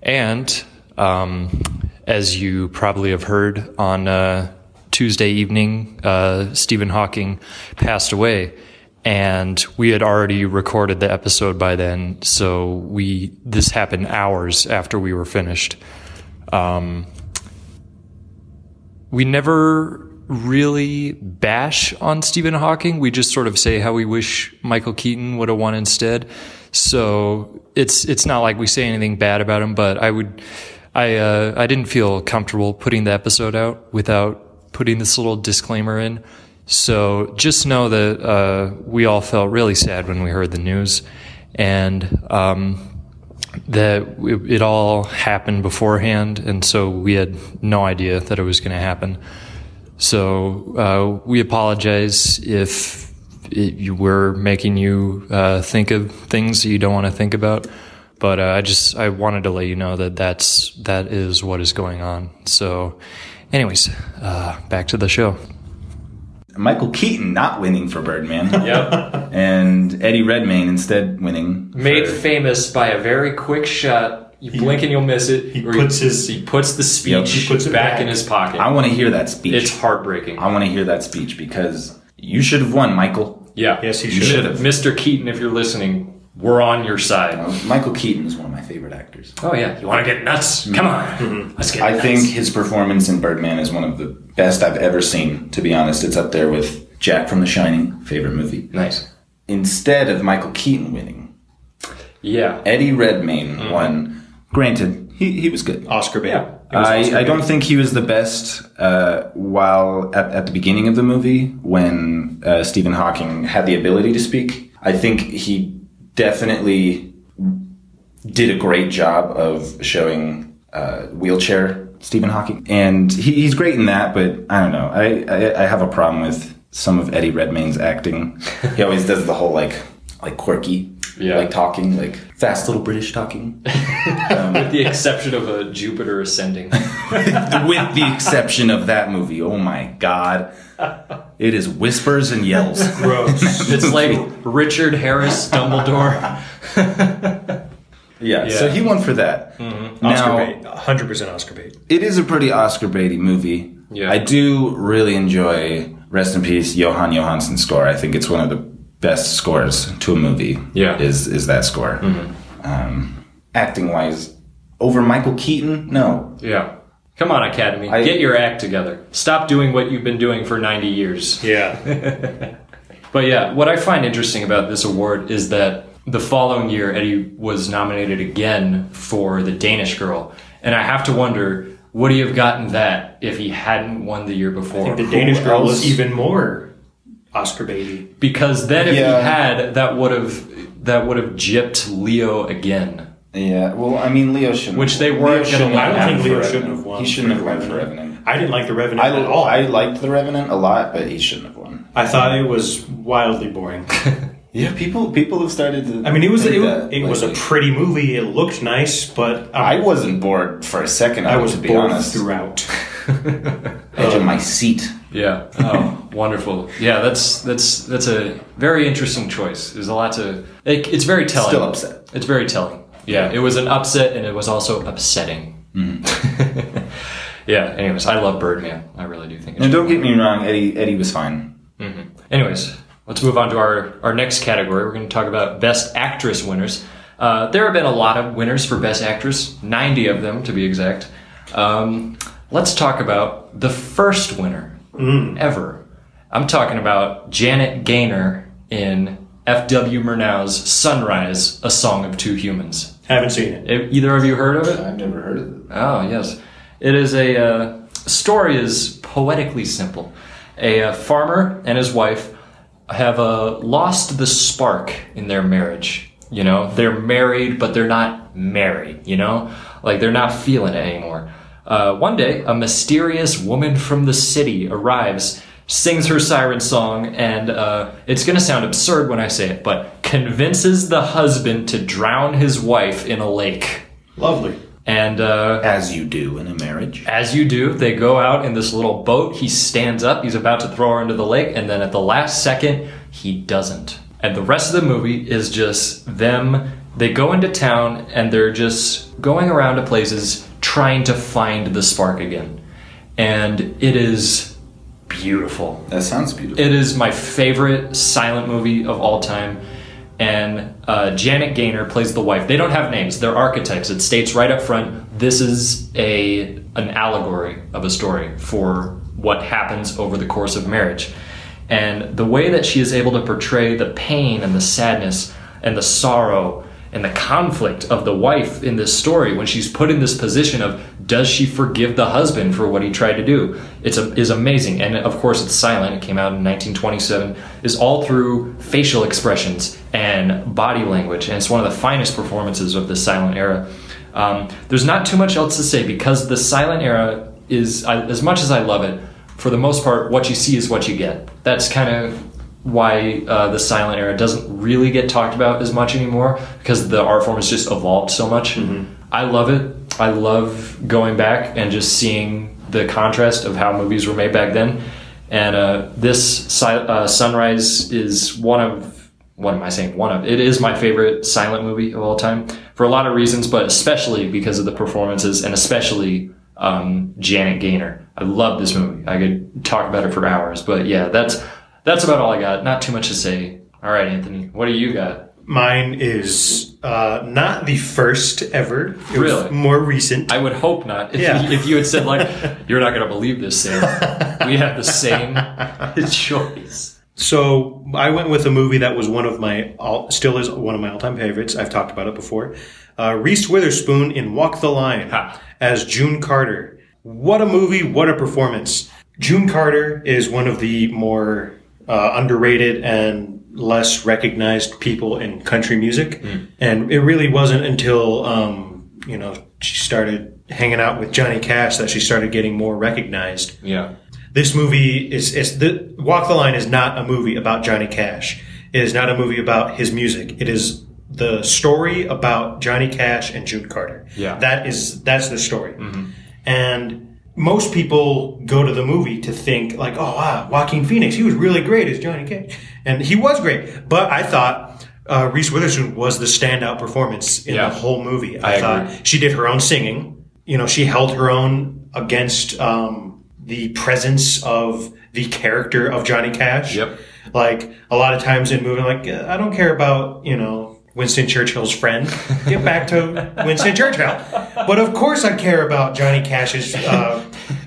S1: And um, as you probably have heard on uh, Tuesday evening, uh, Stephen Hawking passed away. And we had already recorded the episode by then, so we this happened hours after we were finished. Um, we never really bash on Stephen Hawking. We just sort of say how we wish Michael Keaton would have won instead. So it's it's not like we say anything bad about him, but I would I uh, I didn't feel comfortable putting the episode out without putting this little disclaimer in. So just know that uh, we all felt really sad when we heard the news, and um, that it, it all happened beforehand, and so we had no idea that it was going to happen. So uh, we apologize if it, you were making you uh, think of things that you don't want to think about. But uh, I just I wanted to let you know that that's that is what is going on. So, anyways, uh, back to the show.
S3: Michael Keaton not winning for Birdman,
S1: *laughs* Yep,
S3: and Eddie Redmayne instead winning.
S1: made
S3: for-
S1: famous by a very quick shot. You blink and you'll miss it.
S2: he
S1: Or
S2: puts his-
S1: he puts the speech
S3: Yep. He
S2: puts it
S1: back,
S2: back.
S1: in his pocket.
S3: I want to hear that speech.
S1: it's heartbreaking.
S3: I want to hear that speech because you should have won, Michael.
S1: yeah.
S2: Yes, he
S1: You
S2: should
S3: have.
S1: Mr. Keaton, if you're listening, we're on your side.
S3: Uh, Michael Keaton is one of my favorite actors.
S1: Oh yeah, Mm-hmm. you want to get nuts? Come on, let's get.
S3: I
S1: nuts.
S3: think his performance in Birdman is one of the best I've ever seen. To be honest, it's up there with Jack from The Shining, favorite movie.
S1: nice.
S3: Instead of Michael Keaton winning,
S1: Yeah,
S3: Eddie Redmayne won. Granted, he, he was good.
S2: Oscar bait.
S1: Yeah.
S2: It was
S1: *laughs*
S2: Oscar
S3: I, I
S2: bait.
S3: don't think he was the best. Uh, while at, at the beginning of the movie, when uh, Stephen Hawking had the ability to speak, I think he definitely did a great job of showing uh, wheelchair Stephen Hawking, and he, he's great in that. But I don't know. I, I I have a problem with some of Eddie Redmayne's acting. he always does the whole like like quirky.
S1: Yeah.
S3: Like talking, like fast little British talking.
S1: with the exception of a Jupiter *laughs* ascending.
S3: with the exception of that movie. Oh my god. It is whispers and yells.
S2: Gross.
S1: It's like Richard Harris Dumbledore.
S3: Yeah, so
S1: Yeah.
S3: he won for that.
S2: Oscar
S3: Now,
S2: bait. 100%
S1: *laughs*
S2: Oscar bait.
S3: it is a pretty Oscar Brady movie.
S1: Yeah.
S3: I do really enjoy Rest in Peace Johan Johansson's score. I think it's one of the best scores to a movie.
S1: Yeah.
S3: Is is that score. Um, acting wise, over Michael Keaton? No.
S1: Yeah. Come on, Academy.
S3: I-
S1: Get your act together. Stop doing what you've been doing for 90 years.
S2: Yeah.
S1: But yeah, what I find interesting about this award is that the following year, Eddie was nominated again for The Danish Girl. And I have to wonder would he have gotten that if he hadn't won the year before?
S2: the Danish girl
S3: else?
S2: was even more Oscar baity.
S1: because then if
S3: Yeah.
S1: he had, that would have that would have gypped Leo again.
S3: Yeah. Well, I mean, Leo shouldn't.
S1: Which they
S3: Leo
S1: weren't gonna
S3: shouldn't
S1: win.
S2: I don't
S3: have
S2: think
S3: for
S2: Leo
S3: Revenant.
S2: shouldn't have won
S3: He shouldn't have
S2: for
S3: won for
S2: Revenant.
S3: Revenant.
S2: I didn't like The Revenant
S3: I,
S2: at all.
S3: I liked The Revenant a lot, but he shouldn't have won.
S2: I thought it was wildly boring.
S3: Yeah, people people have started to.
S2: I mean, it was
S3: think
S2: it, was-
S3: that
S2: it was a
S3: lately.
S2: pretty movie. It looked nice, but um,
S3: I wasn't bored for a second.
S2: I
S3: I
S2: was
S3: to be
S2: bored uh,
S3: honest,
S2: throughout.
S3: edge of my seat.
S1: Yeah. Oh, wonderful. Yeah, that's that's that's a very interesting choice. There's a lot to. It, it's very telling.
S3: Still upset.
S1: It's very telling. Yeah, it was an upset, and it was also upsetting. *laughs* yeah. Anyways, I love Birdman. I really do think. It's
S3: Mm-hmm. And don't get me wrong, Eddie Eddie was fine.
S1: Anyways, let's move on to our, our next category. We're going to talk about Best Actress winners. Uh, there have been a lot of winners for Best Actress, 90 of them to be exact. Um, let's talk about the first winner ever. I'm talking about Janet Gaynor in F.W. Murnau's Sunrise, A Song of Two Humans.
S2: Haven't seen it.
S1: E- Either of you heard of it?
S3: I've never heard of it.
S1: Oh, yes. It is a uh, story is poetically simple. A uh, farmer and his wife have uh, lost the spark in their marriage. You know, they're married, but they're not married. You know, like they're not feeling it anymore. Uh, one day, a mysterious woman from the city arrives, sings her siren song, and uh, it's going to sound absurd when I say it, but convinces the husband to drown his wife in a lake.
S2: Lovely.
S1: And uh,
S3: As you do in a marriage.
S1: as you do, they go out in this little boat. He stands up. He's about to throw her into the lake. And then at the last second, he doesn't. And the rest of the movie is just them. They go into town and they're just going around to places trying to find the spark again. And it is beautiful.
S3: That sounds beautiful.
S1: It is my favorite silent movie of all time. And uh, Janet Gaynor plays the wife. They don't have names; they're archetypes. It states right up front: this is a an allegory of a story for what happens over the course of marriage. And the way that she is able to portray the pain and the sadness and the sorrow and the conflict of the wife in this story when she's put in this position of does she forgive the husband for what he tried to do it's a, is amazing and of course it's silent it came out in 1927 is all through facial expressions and body language and it's one of the finest performances of the silent era um, there's not too much else to say because the silent era is I, as much as i love it for the most part what you see is what you get that's kind of why uh, the silent era doesn't really get talked about as much anymore because the art form has just evolved so much. I love it. I love going back and just seeing the contrast of how movies were made back then. And uh, this si- uh, Sunrise is one of what am I saying? One of it is my favorite silent movie of all time for a lot of reasons, but especially because of the performances and especially um, Janet Gaynor. I love this movie. I could talk about it for hours, but yeah, that's that's about all I got. Not too much to say. All right, Anthony, what do you got?
S2: Mine is uh, not the first ever. It was
S1: Really?
S2: more recent.
S1: I would hope not. If, *laughs*
S2: Yeah.
S1: if you had said
S2: *laughs*
S1: like, you're not gonna believe this, Sam. we have the same
S2: *laughs*
S1: choice.
S2: So I went with a movie that was one of my all, still is one of my all time favorites. I've talked about it before. Uh, Reese Witherspoon in Walk the Line
S1: Ha.
S2: as June Carter. What a movie! What a performance! June Carter is one of the more uh, underrated and less recognized people in country music, and it really wasn't until um, you know she started hanging out with Johnny Cash that she started getting more recognized
S1: Yeah.
S2: this movie is, is the Walk the Line is not a movie about Johnny Cash. It is not a movie about his music. It is the story about Johnny Cash and June Carter.
S1: Yeah. Mm-hmm.
S2: that is that's the story. And most people go to the movie to think like, oh wow, Joaquin Phoenix, he was really great as Johnny Cash, and he was great. But I thought uh, Reese Witherspoon was the standout performance in
S1: Yeah.
S2: the whole movie.
S1: I
S2: I, thought
S1: agree.
S2: uh, she did her own singing. You know, she held her own against um, the presence of the character of Johnny Cash.
S1: Yep.
S2: Like a lot of times in movies, like uh, I don't care about you know Winston Churchill's friend. Get
S1: *laughs*
S2: back to Winston Churchill. But of course, I care about Johnny Cash's uh,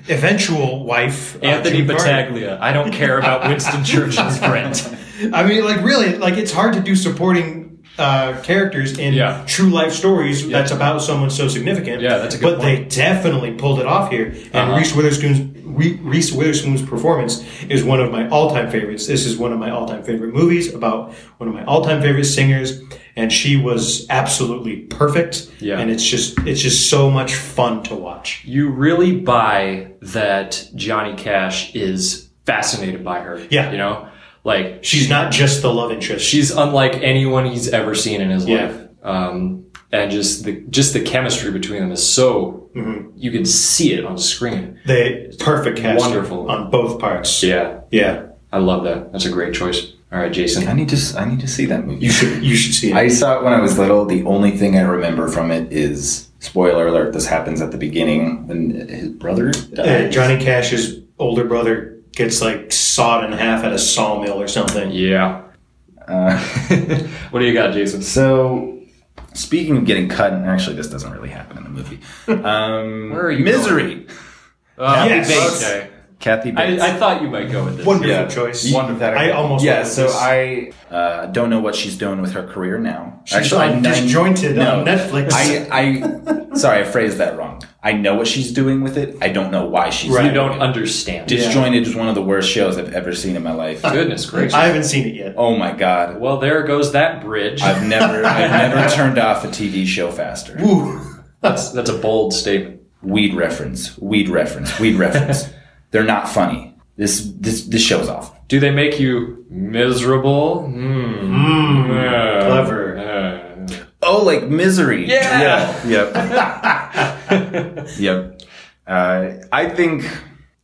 S2: eventual wife, uh,
S1: Anthony
S2: June Carter.
S1: Battaglia. I don't care about Winston
S2: *laughs*
S1: Churchill's friend.
S2: I mean, like really, like it's hard to do supporting uh, characters in
S1: Yeah.
S2: true life stories that's about someone so significant.
S1: Yeah, that's a
S2: But
S1: good Uh-huh.
S2: they definitely pulled it off here, and Reese Witherspoon's Re- Reese Witherspoon's performance is one of my all time favorites. This is one of my all time favorite movies about one of my all time favorite singers, and she was absolutely perfect.
S1: Yeah.
S2: and it's just it's just so much fun to watch.
S1: you really buy that Johnny Cash is fascinated by her.
S2: Yeah.
S1: You know? Like
S2: She's not just the love interest.
S1: she's unlike anyone he's ever seen in his
S2: Yeah.
S1: life. Um and just the just the chemistry between them is so
S2: Mm-hmm.
S1: you can see it on screen.
S2: they perfect casting
S1: Wonderful.
S2: on both parts.
S1: Yeah.
S2: yeah.
S1: I love that. That's a great choice. All right,
S3: I
S1: Jason.
S3: need to. s- I need to see that movie.
S2: You should you should see it.
S3: I saw it when I was little. The only thing I remember from it is spoiler alert. This happens at the beginning when his brother
S2: Uh,
S3: dies.
S2: Johnny Cash's older brother gets like sawed in half at a sawmill or something.
S1: Yeah.
S3: Uh, *laughs*
S1: what do you got, Jason?
S3: So, speaking of getting cut, and actually, this doesn't really happen in the movie. Um,
S1: Where are you
S3: Misery.
S1: Uh,
S2: Yes.
S1: Okay.
S3: Kathy Bates.
S1: I, I thought you might go with this.
S2: Wonderful
S3: Yeah.
S2: choice.
S3: You-
S1: Wonderful.
S3: that
S2: I almost
S3: yeah.
S2: went with
S3: So
S2: this.
S3: I uh, don't know what she's doing with her career now.
S2: She's on
S3: I-
S2: disjointed
S3: no.
S2: on Netflix.
S3: I, I sorry, I phrased that wrong. I know what she's doing with it. I don't know why she's
S2: Right.
S3: doing
S2: You
S1: You don't
S3: it.
S1: understand.
S3: Disjointed is one of the worst shows I've ever seen in my life.
S1: Goodness gracious.
S2: I haven't seen it yet.
S3: oh my god.
S1: well, there goes that bridge.
S3: I've never I've never turned off a TV show faster.
S2: Ooh.
S1: That's, that's a bold statement.
S3: Weed reference. Weed reference. Weed
S1: *laughs*
S3: reference. They're not funny. This this this show's awful.
S1: Do they make you miserable? Hmm. Uh,
S2: Clever.
S1: uh,
S3: Oh, like misery.
S1: Yeah.
S3: Yep. *laughs* yep. Uh, I think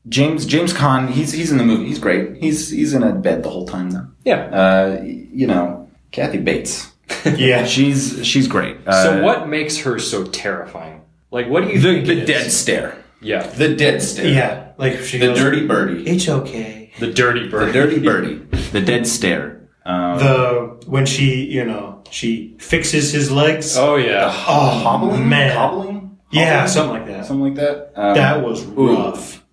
S3: James James Caan. He's he's in the movie. He's great. He's he's in a bed the whole time though.
S1: yeah.
S3: Uh, you know, Kathy Bates.
S2: Yeah.
S3: She's she's great. Uh,
S1: So what makes her so terrifying? Like, what do you
S3: The,
S1: think? it
S3: the
S1: is?
S3: dead stare.
S1: Yeah,
S3: The dead stare.
S2: Yeah. Like she
S3: The
S2: goes,
S3: dirty birdie.
S2: It's okay.
S1: the dirty bird.
S3: The dirty birdie. The dead stare. Um,
S2: The when she you know she fixes his
S1: *laughs*
S2: legs.
S1: Oh yeah.
S2: Oh,
S3: hobbling,
S2: man.
S3: hobbling,
S2: Yeah,
S3: Hobbling?
S2: something like that.
S3: something like that. Um,
S2: That was
S3: Ooh. *laughs*
S2: rough.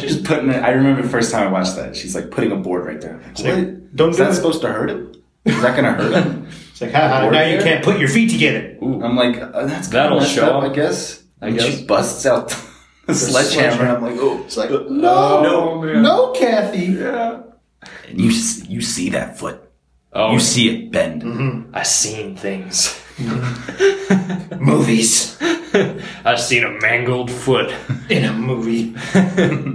S3: She's putting. it- I remember the first time I watched that. She's like putting a board right there. Like,
S2: like,
S3: what?
S2: don't
S3: Is
S2: do
S3: that
S2: it.
S3: supposed to hurt him? Is that gonna hurt
S2: *laughs*
S3: him?
S2: It's like, ha ha,
S3: Board
S2: now you
S3: there?
S2: can't put your feet together.
S1: Ooh.
S3: I'm like, uh, that's kinda
S1: That'll
S3: messed
S1: show
S3: up,
S1: up.
S3: I guess.
S1: I
S3: And
S1: guess.
S3: She busts out the *laughs* sledgehammer, and I'm like, oh,
S2: It's like,
S3: no,
S1: Oh, man.
S2: no, Kathy.
S3: yeah. And you s- you see that foot.
S1: Oh,
S3: You see it bend.
S2: Mm-hmm.
S1: I've seen things.
S2: Movies
S1: I've seen a mangled foot.
S2: in a movie.
S1: *laughs*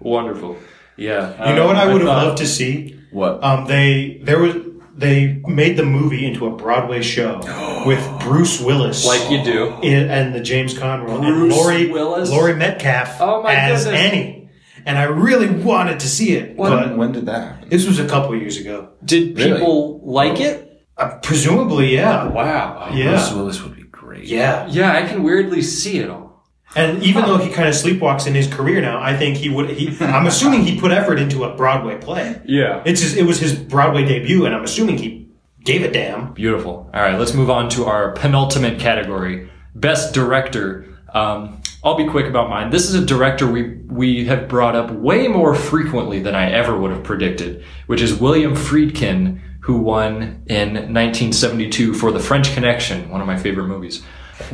S1: Wonderful. Yeah. Uh,
S2: You know what I would have
S1: thought-
S2: loved to see?
S3: What?
S2: Um, they there was they made the movie into a Broadway show with Bruce Willis,
S1: Like you do.
S2: i- and the James Conroy and
S1: Bruce
S2: Lori
S1: Willis?
S2: Lori Metcalf
S1: Oh my
S2: as
S1: goodness.
S2: Annie. And I really wanted to see it,
S3: when,
S2: but
S3: when did that happen?
S2: this was a couple years ago.
S1: Did
S3: Really?
S1: people like it?
S2: Uh, presumably, yeah,
S1: Wow.
S2: yeah,
S3: Bruce Willis would be great.
S2: yeah.
S1: Yeah, I can weirdly see it all.
S2: And even though he kind of sleepwalks in his career now, I think he would. He, I'm assuming he put effort into a Broadway play.
S1: Yeah.
S2: It's his, it was his Broadway debut, and I'm assuming he gave a damn.
S1: Beautiful. All right, let's move on to our penultimate category, best director. Um, I'll be quick about mine. This is a director we we have brought up way more frequently than I ever would have predicted, which is William Friedkin, who won in 1972 for The French Connection, one of my favorite movies.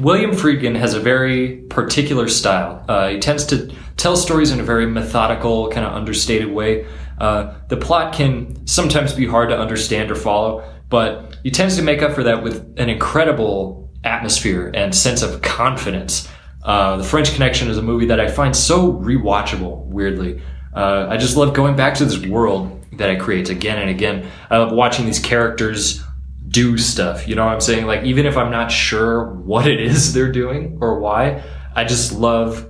S1: William Friedkin has a very particular style. Uh, he tends to tell stories in a very methodical, kind of understated way. Uh, the plot can sometimes be hard to understand or follow, but he tends to make up for that with an incredible atmosphere and sense of confidence. Uh, the French Connection is a movie that I find so rewatchable, weirdly. Uh, I just love going back to this world that it creates again and again. I love watching these characters do stuff. You know what I'm saying? Like, even if I'm not sure what it is *laughs* they're doing or why, I just love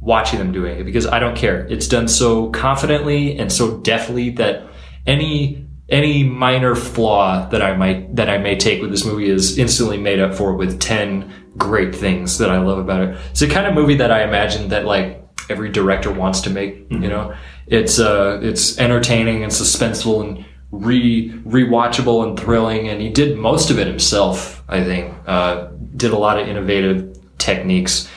S1: watching them doing it because I don't care. It's done so confidently and so deftly that any any minor flaw that I might that I may take with this movie is instantly made up for with ten great things that I love about it. It's the kind of movie that I imagine that like every director wants to make. You know, it's uh, it's entertaining and suspenseful and re rewatchable and thrilling. And he did most of it himself. I think uh, did a lot of innovative techniques.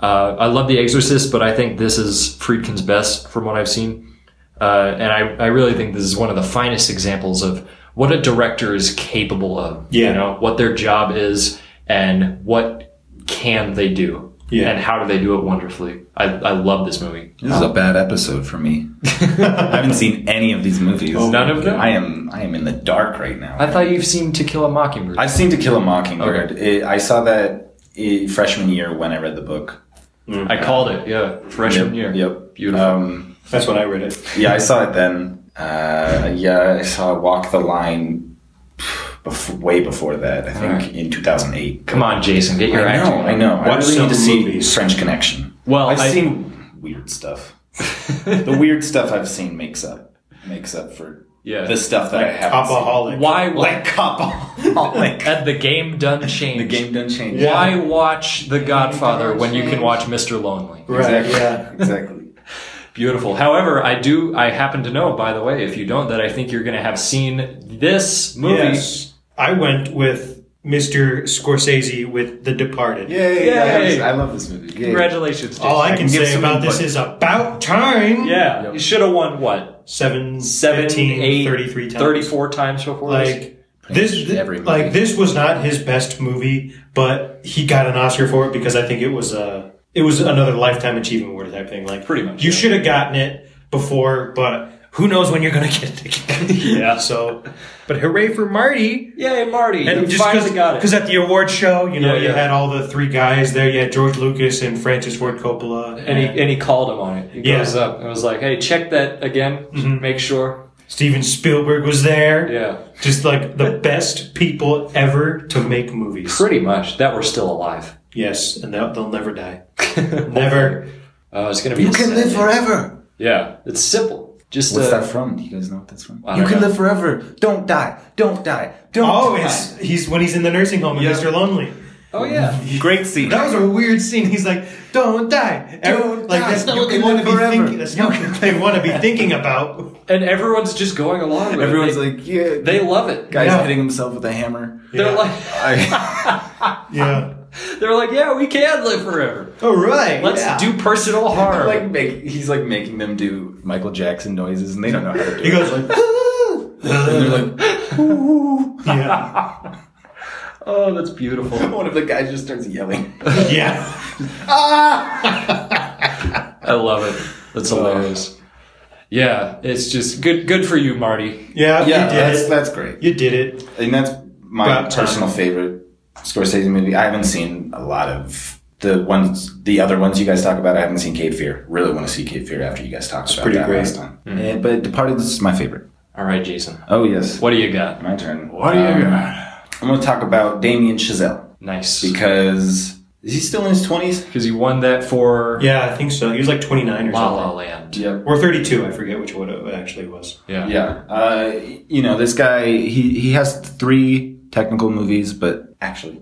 S1: Uh, I love The Exorcist, but I think this is Friedkin's best from what I've seen. Uh, and I, I really think this is one of the finest examples of what a director is capable of.
S2: Yeah.
S1: You know, what their job is and what can they do.
S2: Yeah.
S1: And how do they do it wonderfully. I, I love this movie.
S3: This is a bad episode for
S2: *laughs*
S3: me. I haven't seen any of these movies.
S1: None of them?
S3: I am I am in the dark right now.
S1: I thought you've seen To Kill a Mockingbird.
S3: I've seen To Kill a Mockingbird. It, I saw that i freshman year when I read the book.
S1: I called it, yeah. Freshman year.
S3: Yep.
S1: Beautiful.
S3: Um,
S2: That's when I read it.
S3: yeah, I saw it then. Uh, yeah, I saw Walk the Line bef- way before that. I think
S1: Alright.
S3: in 2008.
S1: Come on, Jason, get your
S3: I
S1: act
S3: know. I know. I
S2: Watch
S3: really need to
S2: some
S3: see
S2: movies.
S3: French Connection.
S1: Well,
S3: I've
S1: I-
S3: seen weird stuff.
S1: together.
S3: The weird stuff I've seen makes up makes up for
S1: Yeah.
S3: the stuff that I haven't seen.
S2: Alcoholic.
S1: Why
S3: *laughs* like Copaholic.
S1: at the game done change?
S3: the game done changed.
S2: Yeah.
S1: Why watch The Godfather when you can watch Mr. Lonely?
S2: Right.
S3: Exactly.
S2: Yeah.
S3: exactly.
S1: Beautiful. However, I do. I happen to know, by the way, if you don't, that I think you're going to have seen this movie.
S2: Yes. I went with Mr. Scorsese with The Departed.
S3: Yay!
S1: Yay.
S3: I, love this, I love this movie. Yay.
S1: Congratulations, Jason.
S2: All I,
S3: I
S2: can
S3: can give
S2: say
S3: some
S2: about this
S3: input.
S2: is about time.
S1: yeah, you should have won what
S2: Seven,
S1: seven,
S2: 15,
S1: eight,
S2: 33 times.
S1: 34 times before this.
S2: Like this,
S3: much every movie.
S2: like this was not his best movie, but he got an Oscar for it because I think it was a it was another lifetime achievement award type thing. Like
S1: Pretty much,
S2: you
S1: yeah.
S2: should have gotten it before, but who knows when you're gonna get it
S1: *laughs*
S2: again?
S1: Yeah.
S2: So, but hooray for Marty!
S1: Yay, Marty!
S2: And
S1: you
S2: just
S1: finally got it.
S2: because at the award show, you know,
S1: Yeah,
S2: you
S1: yeah.
S2: had all the three guys there. You had George Lucas and Francis Ford Coppola,
S1: And he, and he called him on it. He
S2: Yeah. Mm-hmm.
S1: goes up and was like, hey, check that again. Make sure.
S2: Steven Spielberg was there.
S1: Yeah.
S2: Just like the best people ever to make movies.
S1: Pretty much. That we're still alive.
S2: Yes, and they'll, they'll never die. Never.
S1: Uh, it's going to be. a sad day.
S3: forever.
S1: Yeah. It's simple. Just
S3: What's
S1: uh,
S3: that from? Do you guys know what that's from?
S1: I
S3: You
S1: don't
S3: can
S1: know.
S3: live forever. Don't die. Don't die. Don't
S2: Oh,
S3: die.
S2: it's he's when he's in the nursing home in
S3: Yeah.
S2: Mr. Lonely.
S1: Oh, yeah.
S3: great scene.
S2: That was a weird scene. He's like, "Don't die." Everyone- like
S3: die.
S2: that's not
S3: You
S2: what they
S3: can
S2: want to
S3: live
S2: be
S3: forever.
S2: thinking. That's not what they want to be thinking about.
S1: And everyone's just going along with
S3: Everyone's
S1: it. They-
S3: like, yeah.
S1: They love it.
S3: guy's
S2: Yeah.
S3: hitting himself with a hammer.
S1: They're
S2: Yeah.
S1: like,
S2: *laughs*
S3: I, *laughs*
S2: Yeah.
S1: they're like, yeah, we can live forever.
S2: All right.
S1: Let's
S2: yeah.
S1: do personal harm.
S3: like make, he's like making them do Michael Jackson noises, and they don't know how to do
S2: He
S3: it.
S2: goes
S3: Like,
S2: like, "Ah."
S3: and they're like,
S2: yeah,
S1: oh, that's beautiful.
S3: *laughs* one of the guys just starts yelling.
S2: *laughs* yeah.
S1: I love it. That's hilarious. Yeah, it's just good. Good for you, Marty.
S2: Yeah,
S3: yeah,
S2: you did
S3: that's
S2: it.
S3: that's great,
S2: you did it.
S3: and that's my
S2: But, um,
S3: personal favorite Scorsese movie. I haven't seen a lot of the ones, the other ones you guys talk about. I haven't seen Cape Fear. Really want to see Cape Fear after you guys talked about
S2: pretty
S3: that
S2: great.
S3: last time. Eh, but Departed is my favorite.
S1: All right, Jason.
S3: Oh yes,
S1: What do you got?
S3: my turn. Um,
S1: What do you
S3: I'm going to talk about Damien Chazelle
S1: Nice.
S3: because is he still in his twenties?
S1: Because you won that for
S2: Yeah, I think so. He was like 29 or
S1: La
S2: something,
S1: La Land.
S3: Yep.
S2: or 32. I forget which one it actually was.
S1: Yeah.
S3: Yeah, uh, you know this guy. He he has three technical movies, but actually,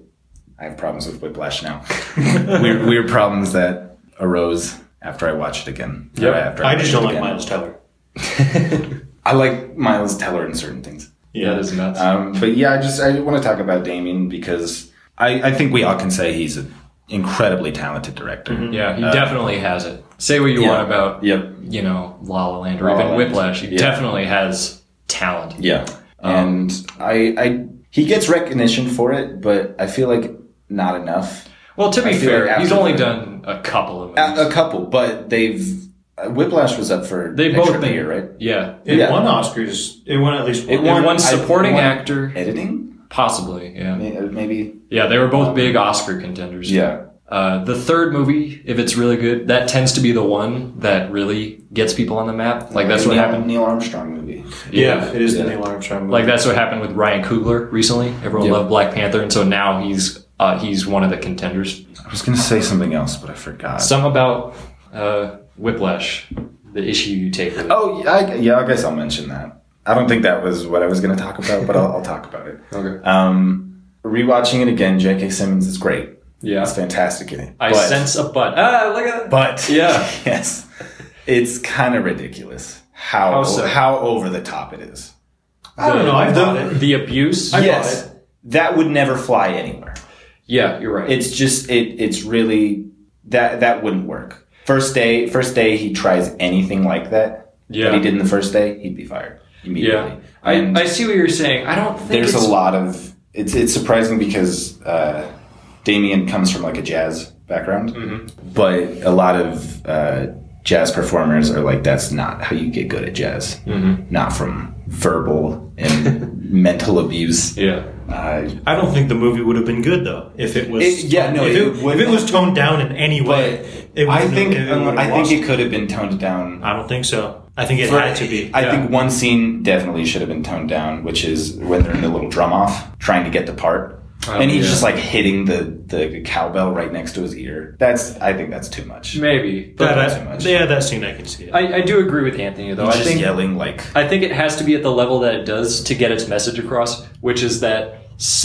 S3: I have problems with
S2: *laughs*
S3: Whiplash now. weird, weird problems that arose after I watched it again.
S1: Yep.
S3: Or after
S2: I just
S3: watched
S2: don't
S3: it
S2: like
S3: again.
S2: Miles Teller.
S3: I like Miles Teller in certain things.
S1: Yeah, That is nuts.
S3: Um, but yeah, I just I want to talk about Damien because I, I think we all can say he's an incredibly talented director.
S2: Mm-hmm.
S1: yeah, he definitely has it. Say what you
S3: uh, yeah.
S1: want about
S3: Yep.
S1: you know La La Land or
S3: La La
S1: even
S3: Land.
S1: Whiplash. He
S3: Yeah.
S1: definitely has talent.
S3: Yeah.
S2: Um,
S3: and I I he gets recognition for it, but I feel like not enough.
S1: Well, to be
S3: I feel
S1: fair,
S3: like
S1: he's only
S3: absolutely.
S1: done a couple of movies.
S3: A, a couple, but they've uh, Whiplash was up for
S1: They
S3: picture
S1: both
S3: of the
S1: did.
S3: year, right?
S1: yeah.
S2: It
S3: Yeah.
S2: won Oscars. It won at least one.
S3: It
S1: And
S3: won-
S1: one
S3: I-
S1: supporting
S3: one-
S1: actor,
S3: Editing,
S1: possibly. Yeah.
S3: May- uh, maybe.
S1: Yeah, they were both big Oscar contenders.
S3: Yeah,
S1: Uh, the third movie, if it's really good, that tends to be the one that really gets people on the map. Like that's
S3: Neil,
S1: what happened.
S3: Neil Armstrong movie.
S2: Yeah, it is
S3: Yeah.
S2: the Neil Armstrong. Movie.
S1: Like that's what happened with Ryan Coogler recently. Everyone
S3: Yeah.
S1: loved Black Panther, and so now he's uh, he's one of the contenders.
S3: I was gonna say something else, but I forgot.
S1: Some about uh, Whiplash, the issue you take with it.
S3: oh, yeah, I, yeah, I guess I'll mention that. I don't think that was what I was gonna talk about, but I'll, I'll talk about it.
S1: Okay.
S3: Um, rewatching it again, J.K. Simmons is great.
S1: Yeah.
S3: He's fantastic in it.
S1: I
S3: But-
S1: sense a butt. Ah, look at that. *laughs*
S3: But
S1: Yeah.
S3: *laughs* yes, it's kind of ridiculous how
S1: How so?
S3: how over the top it is.
S2: I don't know. I thought
S1: the,
S2: it.
S1: the abuse.
S2: I-
S3: yes, that would never fly anywhere.
S1: yeah, you're right.
S3: It's just it it's really that that wouldn't work. First day, first day he tries anything like that
S1: Yeah.
S3: that he did in the first day, he'd be fired immediately.
S1: yeah, I,
S3: And
S1: I see what you're saying. I don't think
S3: there's
S1: it's,
S3: a lot of it's it's surprising because uh, Damien comes from like a jazz background,
S1: Mm-hmm.
S3: but a lot of uh, jazz performers are like that's not how you get good at jazz,
S1: Mm-hmm.
S3: not from verbal and *laughs* mental abuse.
S1: Yeah,
S3: Uh,
S2: I don't think the movie would have been good though if it was.
S3: It- yeah, no,
S2: If
S3: it
S2: it,
S3: would-
S2: if it was toned down in any
S3: but
S2: way, it
S3: I
S2: wouldn't
S3: think um,
S2: have- it would have
S3: I
S2: lost.
S3: think it could have been toned down.
S2: I don't think so. I think it had to be.
S3: I
S1: yeah.
S3: think one scene definitely should have been toned down, which is when they're in the little drum off, trying to get the part,
S1: Oh,
S3: and he's
S1: yeah.
S3: just like hitting the the cowbell right next to his ear. That's I think that's too much. He's
S1: maybe. But
S2: that,
S3: not too
S2: I-
S3: much.
S2: yeah, that scene I can see. It.
S1: I, I do agree with Anthony though. I
S3: just
S1: think
S3: yelling like
S1: I think it has to be at the level that it does to get its message across, which is that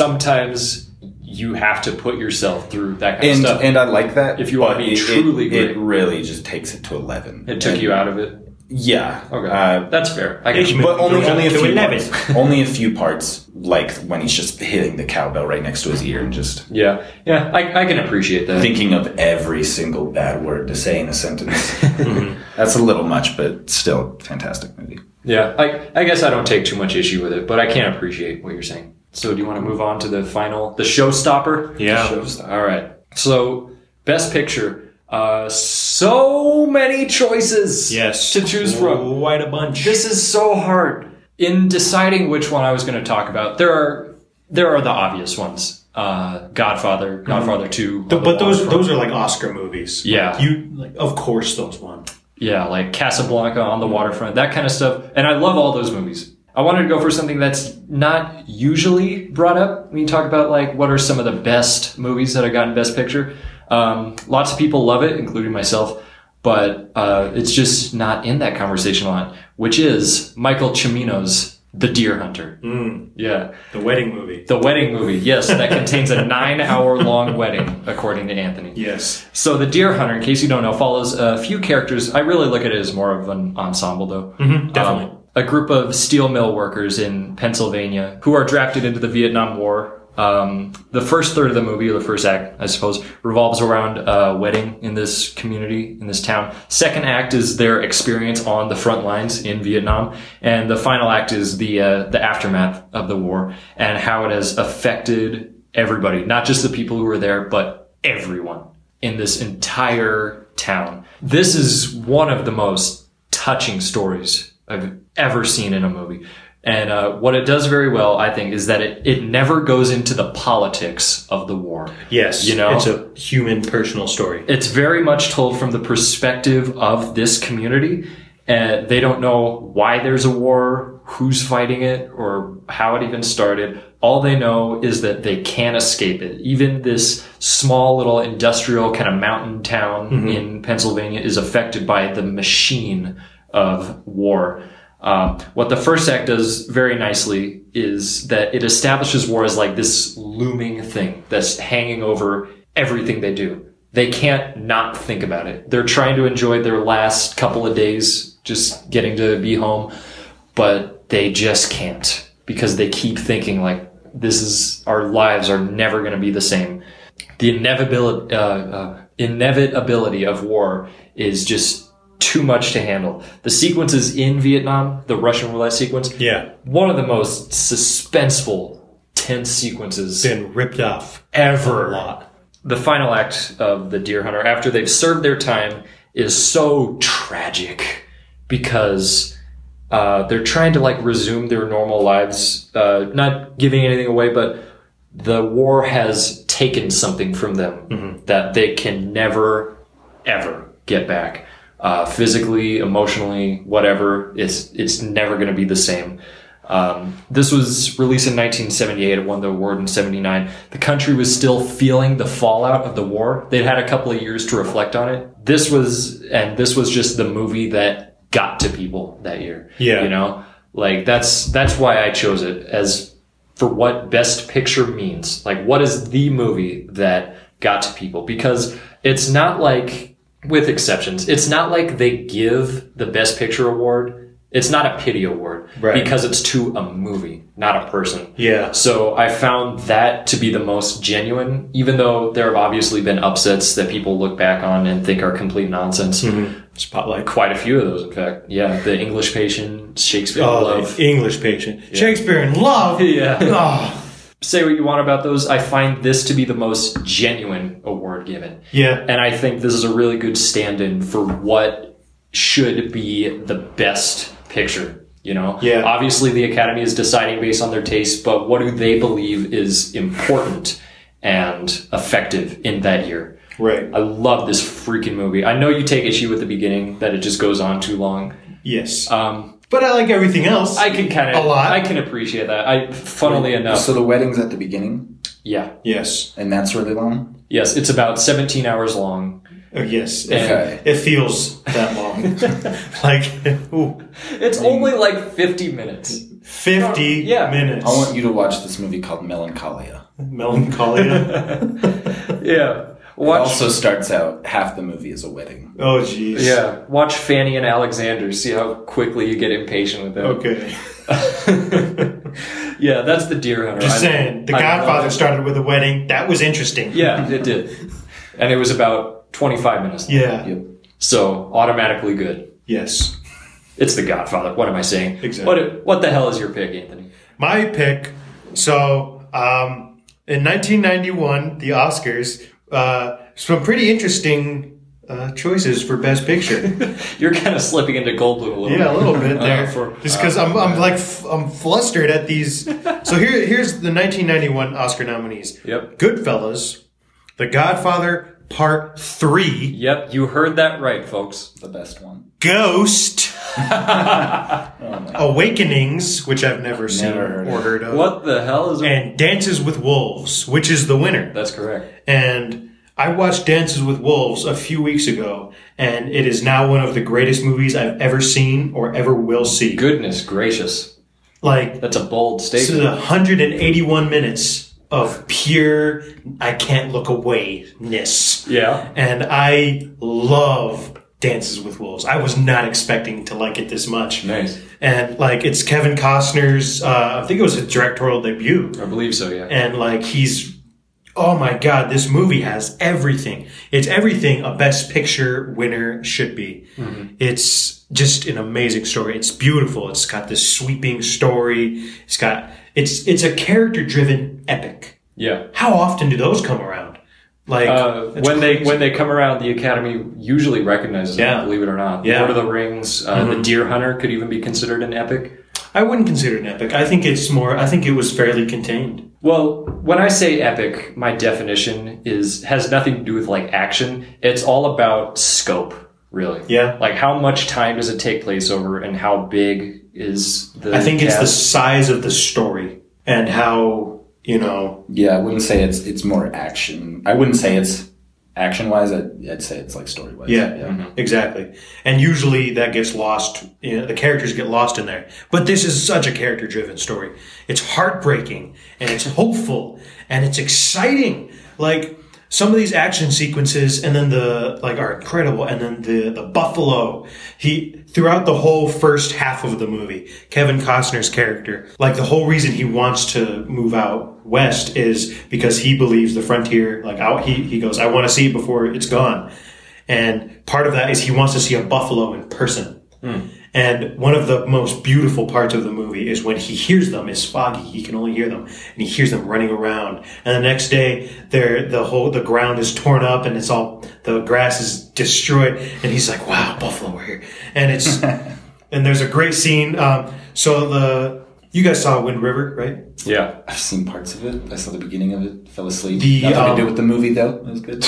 S1: sometimes you have to put yourself through that kind
S3: and
S1: of stuff.
S3: and I like that.
S1: If you wanna
S3: but
S1: be
S3: it-
S1: truly
S3: it,
S1: great.
S3: it really just takes it to eleven.
S1: it took
S3: And-
S1: you out of it.
S3: Yeah.
S1: Okay,
S3: Uh,
S1: that's fair. I can.
S2: It-
S3: but only
S2: Goes
S3: only a
S2: up to
S3: few
S2: 11.
S3: parts. only a few parts, like when he's just hitting the cowbell right next to his ear and just
S1: yeah, yeah, I, I can appreciate that.
S3: thinking of every single bad word to say in a *laughs* sentence. That's a little much, but still fantastic movie.
S1: Yeah, I, I guess I don't take too much issue with it, but I can appreciate what you're saying. So, do you want to move on to the final, the showstopper?
S2: yeah,
S1: All right. So, best picture. Uh, so many choices to choose from.
S2: Quite a bunch.
S1: This is so hard. In deciding which one I was going to talk about, there are there are the obvious ones: uh, Godfather, Godfather Two.
S2: Mm-hmm. Th- but those
S1: Otherwise-
S2: those are like Oscar movies.
S1: Yeah.
S2: You like of course those won.
S1: yeah, like Casablanca on the waterfront, that kind of stuff. And I love all those movies. I wanted to go for something that's not usually brought up when you talk about like what are some of the best movies that have gotten Best Picture. Um, lots of people love it, including myself, but uh, it's just not in that conversation a lot. Which is Michael Cimino's The Deer Hunter. Yeah.
S2: The wedding movie.
S1: The wedding movie, yes, that contains a nine hour long wedding, according to Anthony.
S2: Yes.
S1: So the Deer Hunter, in case you don't know, follows a few characters. I really look at it as more of an ensemble, though.
S2: Definitely.
S1: Um, a group of steel mill workers in Pennsylvania who are drafted into the Vietnam War. Um, the first third of the movie, or the first act, I suppose, revolves around a wedding in this community, in this town. Second act is their experience on the front lines in Vietnam, and the final act is the uh, the aftermath of the war and how it has affected everybody, not just the people who were there, but everyone in this entire town. This is one of the most touching stories I've ever seen in a movie. And uh, what it does very well, I think, is that it, it never goes into the politics of the war.
S2: yes.
S1: You know?
S2: it's a human personal story.
S1: It's very much told from the perspective of this community. Uh, they don't know why there's a war, who's fighting it, or how it even started. All they know is that they can't escape it. Even this small little industrial kind of mountain town in Pennsylvania is affected by the machine of war. Um, what the first act does very nicely is that it establishes war as like this looming thing that's hanging over everything they do. They can't not think about it. They're trying to enjoy their last couple of days just getting to be home, but they just can't because they keep thinking like this is our lives are never going to be the same. The inevitability, uh, uh, inevitability of war is just too much to handle. The sequences in Vietnam, the Russian roulette sequence,
S2: Yeah.
S1: one of the most suspenseful, tense sequences
S2: Been ripped off
S1: ever
S2: a lot.
S1: the final act of the deer hunter after they've served their time is so tragic because uh, they're trying to like resume their normal lives uh, not giving anything away but the war has taken something from them that they can never ever get back uh, physically emotionally whatever it's it's never going to be the same um, this was released in 1978. It won the award in 79. The country was still feeling the fallout of the war. They'd had a couple of years to reflect on it. This was, and this was just the movie that got to people that year.
S2: Yeah.
S1: You know, like that's, that's why I chose it as for what best picture means. Like what is the movie that got to people? Because it's not like, with exceptions, it's not like they give the best picture award. It's not a pity award
S2: Right.
S1: because it's to a movie, not a person.
S2: Yeah.
S1: So I found that to be the most genuine, even though there have obviously been upsets that people look back on and think are complete nonsense.
S2: Mm-hmm. Spotlight.
S1: Quite a few of those, in fact. Yeah, the English patient, Shakespeare in
S2: Oh,
S1: love.
S2: English patient. Shakespeare in
S1: *laughs*
S2: love.
S1: Yeah.
S2: Oh,
S1: Say what you want about those. I find this to be the most genuine award given.
S2: yeah.
S1: And I think this is a really good stand in for what should be the best picture. You know?
S2: Yeah.
S1: Obviously, the Academy is deciding based on their taste, but what do they believe is important and effective in that year?
S2: Right.
S1: I love this freaking movie. I know you take issue with the beginning that it just goes on too long.
S2: Yes.
S1: Um,
S2: but I like everything else.
S1: I can kind of,
S2: A lot.
S1: I can appreciate that. I, funnily enough,
S3: So the wedding's at the beginning,
S1: yeah,
S2: yes.
S3: and that's really long.
S1: yes, it's about 17 hours long.
S2: Oh, yes. It-
S3: Okay.
S2: It, feels
S1: *laughs*
S2: that long. *laughs* like ooh,
S1: It's only like 50 minutes.
S2: 50
S1: No, Oh, yeah.
S2: minutes.
S3: I want you to watch this movie called Melancholia.
S1: *laughs*
S2: Melancholia.
S1: Yeah.
S3: It
S1: Watch.
S3: also starts out half the movie is a wedding.
S2: oh, jeez.
S1: Yeah, watch Fanny and Alexander. See how quickly you get impatient with them.
S2: Okay.
S1: yeah, that's the deer hunter.
S2: Just
S1: I-
S2: saying. The
S1: I love
S2: Godfather
S1: it.
S2: started with a wedding. That was interesting.
S1: Yeah, it did, and it was about twenty-five minutes.
S2: Yeah.
S3: Yep.
S1: So automatically good.
S2: Yes.
S1: It's the Godfather. What am I saying?
S2: Exactly.
S1: What What the hell is your pick, Anthony?
S2: My pick. So, um, in 1991, the Oscars, uh, some pretty interesting uh, choices for Best Picture.
S1: You're kind of slipping into Goldblum a little.
S2: Yeah, a
S1: bit.
S2: little bit
S1: Uh,
S2: there.
S1: for-
S2: Just because I'm, I'm like f- I'm flustered at these. So here here's the 1991 Oscar nominees:
S1: Yep.
S2: Goodfellas, The Godfather Part Three,
S1: Yep, you heard that right, folks.
S3: The best one.
S2: Ghost, Awakenings, which I've never seen
S3: heard of.
S2: or heard of,
S1: What the hell is?
S2: and Dances with Wolves, which is the winner.
S1: That's correct.
S2: And I watched Dances with Wolves a few weeks ago, and it is now one of the greatest movies I've ever seen or ever will see.
S1: Goodness gracious,
S2: Like
S1: that's a bold
S2: This is
S1: statement.
S2: 181 minutes of pure I can't look away-ness.
S1: yeah.
S2: And I love Dances with Wolves. I was not expecting to like it this much.
S1: Nice.
S2: And like it's Kevin Costner's uh, I think it was his directorial debut.
S1: I believe so. Yeah.
S2: And like he's oh my god, this movie has everything. It's everything a best picture winner should be.
S1: Mm-hmm.
S2: It's just an amazing story. It's beautiful. It's got this sweeping story. It's got it's it's a character driven epic.
S1: Yeah.
S2: How often do those come around? Like
S1: Uh,
S2: it's
S1: when they
S2: crazy.
S1: when they come around, the Academy usually recognizes
S2: Yeah.
S1: them. Believe it or not,
S2: Yeah. Mm-hmm.
S1: Lord of the Rings, uh, The Deer Hunter could even be considered an epic.
S2: I wouldn't consider it an epic. I think it's more I think it was fairly contained.
S1: Well, when I say epic, my definition is has nothing to do with like action. It's all about scope, really.
S2: Yeah.
S1: Like how much time does it take place over, and how big is the?
S2: I think it's the
S1: cast?
S2: size of the story and how, you know,
S3: Yeah, I wouldn't say it's it's more action. I wouldn't say it's action wise. I'd, I'd say it's like story wise.
S2: Yeah. Exactly. And usually that gets lost, you know, the characters get lost in there. But this is such a character driven story. It's heartbreaking and it's *laughs* hopeful and it's exciting. Like some of these action sequences and then the like are incredible and then the the buffalo he throughout the whole first half of the movie kevin costner's character like the whole reason he wants to move out west is because he believes the frontier like out he, he goes i want to see it before it's gone and part of that is he wants to see a buffalo in person. And one of the most beautiful parts of the movie is when he hears them. It's foggy; he can only hear them, and he hears them running around. And the next day, there the whole the ground is torn up, and it's all the grass is destroyed. And he's like, "Wow, buffalo are here!" And it's and there's a great scene. Um, so the you guys saw Wind River, right?
S1: yeah.
S3: I've seen parts of it. I saw the beginning of it. Fell asleep.
S2: The,
S3: Nothing
S2: um,
S3: to do with the movie though. It was good.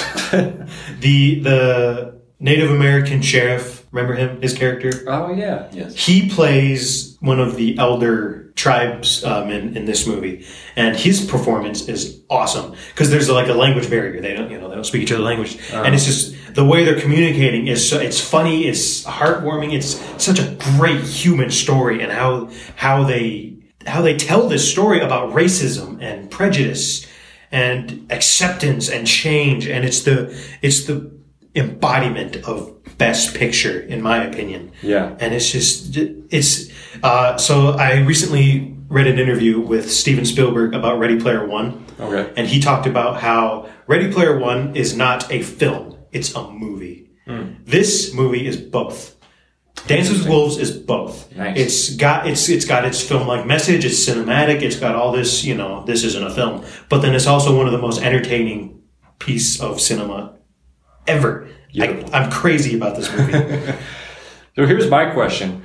S2: The the Native American sheriff. Remember him? His character.
S1: Oh yeah.
S3: yes.
S2: he plays one of the elder tribes um, in, in this movie and his performance is awesome because there's like a language barrier they don't you know they don't speak each other language and it's just the way they're communicating is so it's funny it's heartwarming it's such a great human story and how how they how they tell this story about racism and prejudice and acceptance and change and it's the it's the embodiment of best picture in my opinion
S1: Yeah.
S2: and it's just it's uh, so i recently read an interview with steven spielberg about ready player one
S1: Okay.
S2: and he talked about how ready player one is not a film it's a movie
S1: Hmm.
S2: this movie is both Dances with Wolves is both.
S1: Nice.
S2: It's got it's it's got its film like message. It's cinematic. It's got all this. You know, this isn't a film, but then it's also one of the most entertaining piece of cinema ever. I, I'm crazy about this
S1: *laughs*
S2: movie.
S1: So here's my question.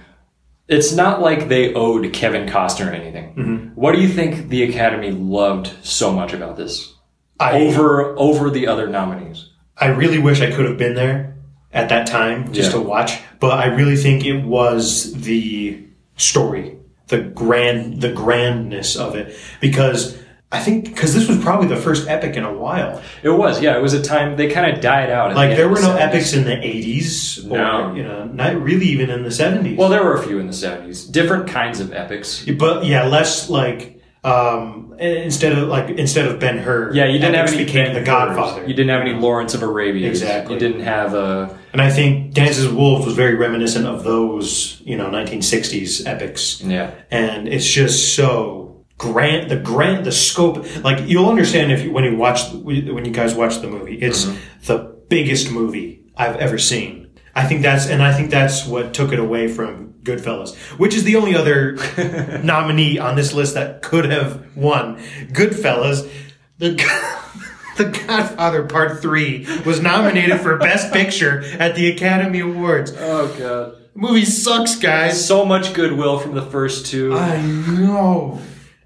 S1: It's not like they owed Kevin Costner anything.
S2: Mm-hmm.
S1: What do you think the Academy loved so much about this
S2: I
S1: over over the other nominees?
S2: I really wish I could have been there at that time just
S1: Yeah.
S2: to watch, but I really think it was the story, the grand, the grandness of it, because I think because this was probably the first epic in a while.
S1: It was, yeah. It was a time they kind of died out. at the
S2: Like
S1: end
S2: there
S1: of
S2: were
S1: the
S2: no
S1: 70s.
S2: epics in the '80s, or
S1: No.
S2: you know, not really even in the '70s.
S1: Well, there were a few in the seventies. Different kinds of epics.
S2: but yeah, less like um, instead of like instead of Ben Hur.
S1: Yeah, you didn't have
S2: epics
S1: any
S2: became
S1: Ben
S2: the
S1: Hurs.
S2: Godfather.
S1: You didn't have any Lawrence of Arabia.
S2: Exactly.
S1: You didn't have uh, a
S2: And I think Dances with Wolves was very reminiscent of those, you know, 1960s epics.
S1: yeah.
S2: And it's just so grand, the grand, the scope. Like you'll understand if you, when you watch, when you guys watch the movie, it's the biggest movie I've ever seen. I think that's, and I think that's what took it away from Goodfellas, which is the only other nominee on this list that could have won. Goodfellas, *laughs* the. The Godfather Part 3 was nominated for Best Picture at the Academy Awards. The
S1: Oh god.
S2: movie sucks, guys.
S1: So much goodwill from the first two.
S2: I know.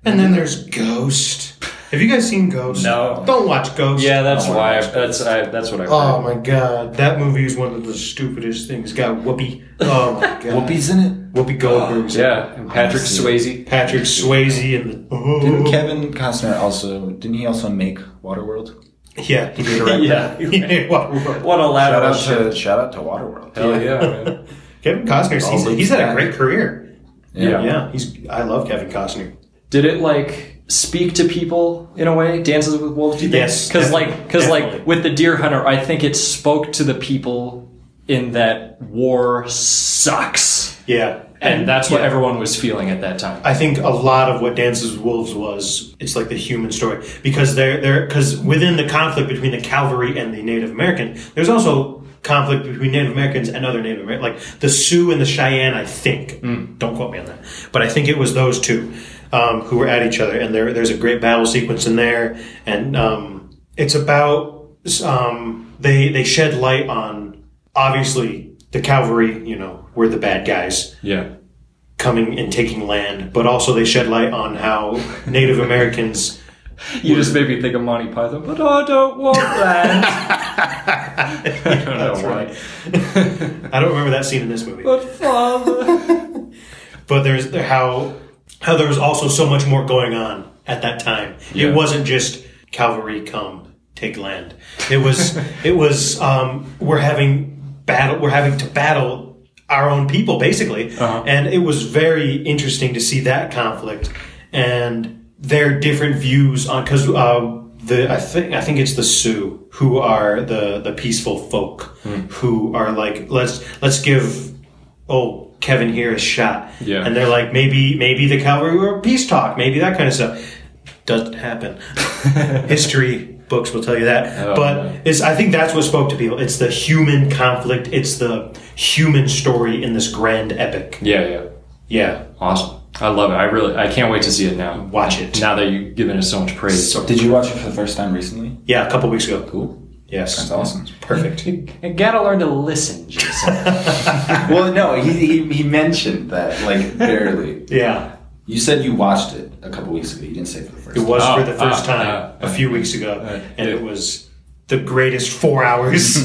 S2: And then there's Ghost. Have you guys seen Ghost?
S1: No.
S2: Don't watch Ghost.
S1: yeah, that's
S3: Oh,
S1: why. I,
S3: my
S1: that's I, that's what I.
S2: Oh my god, that movie is one of the stupidest things. Got Whoopi. Oh my god.
S3: Whoopi's in it.
S2: Whoopi Goldberg's.
S1: yeah, and Patrick Swayze.
S2: Patrick Swayze and the.
S3: Didn't Kevin Costner also? Didn't he also make Waterworld?
S2: Oh. Yeah, he did direct
S1: Yeah.
S2: *laughs* that. He did what-
S1: What a
S3: Shout
S1: lateral
S3: out
S1: shit.
S3: to shout out to Waterworld.
S1: Hell yeah, man.
S2: Kevin Costner, he's,
S3: Always
S2: he's had a
S3: back.
S2: great career.
S1: Yeah.
S2: Yeah, he's. I love Kevin Costner.
S1: *laughs* Did it like speak to people in a way? Dances with Wolves. Do you think?
S2: Yes,
S1: because
S2: definitely,
S1: like because like
S2: definitely.
S1: with the Deer Hunter, I think it spoke to the people in that war sucks,
S2: Yeah,
S1: and that's what
S2: yeah.
S1: everyone was feeling at that time.
S2: I think a lot of what Dances with Wolves was it's like the human story because there there because within the conflict between the cavalry and the Native American, there's also conflict between Native Americans and other Native Americans, like the Sioux and the Cheyenne. I think don't quote me on that, but I think it was those two um, who were at each other, and there there's a great battle sequence in there, and um, it's about um, they they shed light on obviously the cavalry, you know, were the bad guys
S1: Yeah,
S2: coming and taking land, but also they shed light on how Native Americans.
S1: you just made me think of Monty Python, but I don't want *laughs* that. I don't know why, *laughs*
S2: I don't remember that scene in this movie,
S1: but father.
S2: but there's how how there was also so much more going on at that time.
S1: Yeah.
S2: It wasn't just cavalry come take land. It was it was um, we're having battle. We're having to battle our own people basically, and it was very interesting to see that conflict and their different views on because. Uh, the, I think I think it's the Sioux who are the, the peaceful folk who are like let's let's give oh Kevin here a shot
S1: Yeah.
S2: and they're like maybe maybe the cavalry were peace talk maybe that kind of stuff doesn't happen history books will tell you that
S1: Oh,
S2: but
S1: yeah.
S2: it's I think that's what spoke to people it's the human conflict it's the human story in this grand epic
S1: Yeah, yeah,
S2: yeah
S1: awesome. I love it. I really, I can't wait to see it now.
S2: watch it
S1: Now that you've given us so much praise,
S3: Did you watch it for the first time recently?
S2: yeah a couple weeks ago
S3: Cool.
S2: yes
S1: *laughs*
S3: That's awesome.
S2: perfect
S1: you gotta learn to listen,
S3: *laughs*
S1: Jason.
S3: well, no, he, he he mentioned that like barely.
S2: yeah
S3: You said you watched it a couple weeks ago. You didn't say for the first.
S2: it was
S1: Oh,
S2: for the first
S1: ah,
S2: time
S1: ah,
S2: a few weeks ago and
S1: yeah.
S2: it was the greatest four hours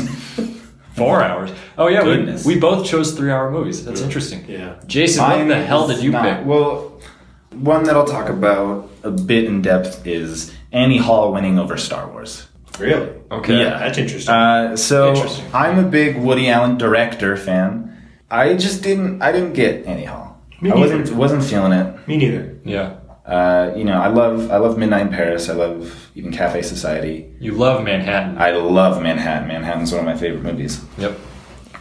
S1: Four hours. Oh yeah,
S3: Goodness.
S1: we, we both chose three-hour movies. That's interesting.
S2: yeah
S1: Jason,
S3: Mine
S1: what the hell
S3: is
S1: did you
S3: not-
S1: pick?
S3: Well, one that I'll talk about a bit in depth is Annie Hall winning over Star Wars.
S2: really
S1: Okay.
S3: Yeah.
S2: that's interesting
S3: Uh, so
S1: Interesting.
S3: I'm a big Woody Allen director fan. I just didn't. I didn't get Annie Hall.
S2: Me
S3: I wasn't
S2: neither.
S3: wasn't feeling it.
S2: me neither
S1: Yeah.
S3: Uh, you know, I love I love Midnight in Paris. I love even Cafe Society.
S1: You love Manhattan.
S3: I love Manhattan. Manhattan's one of my favorite movies.
S1: Yep.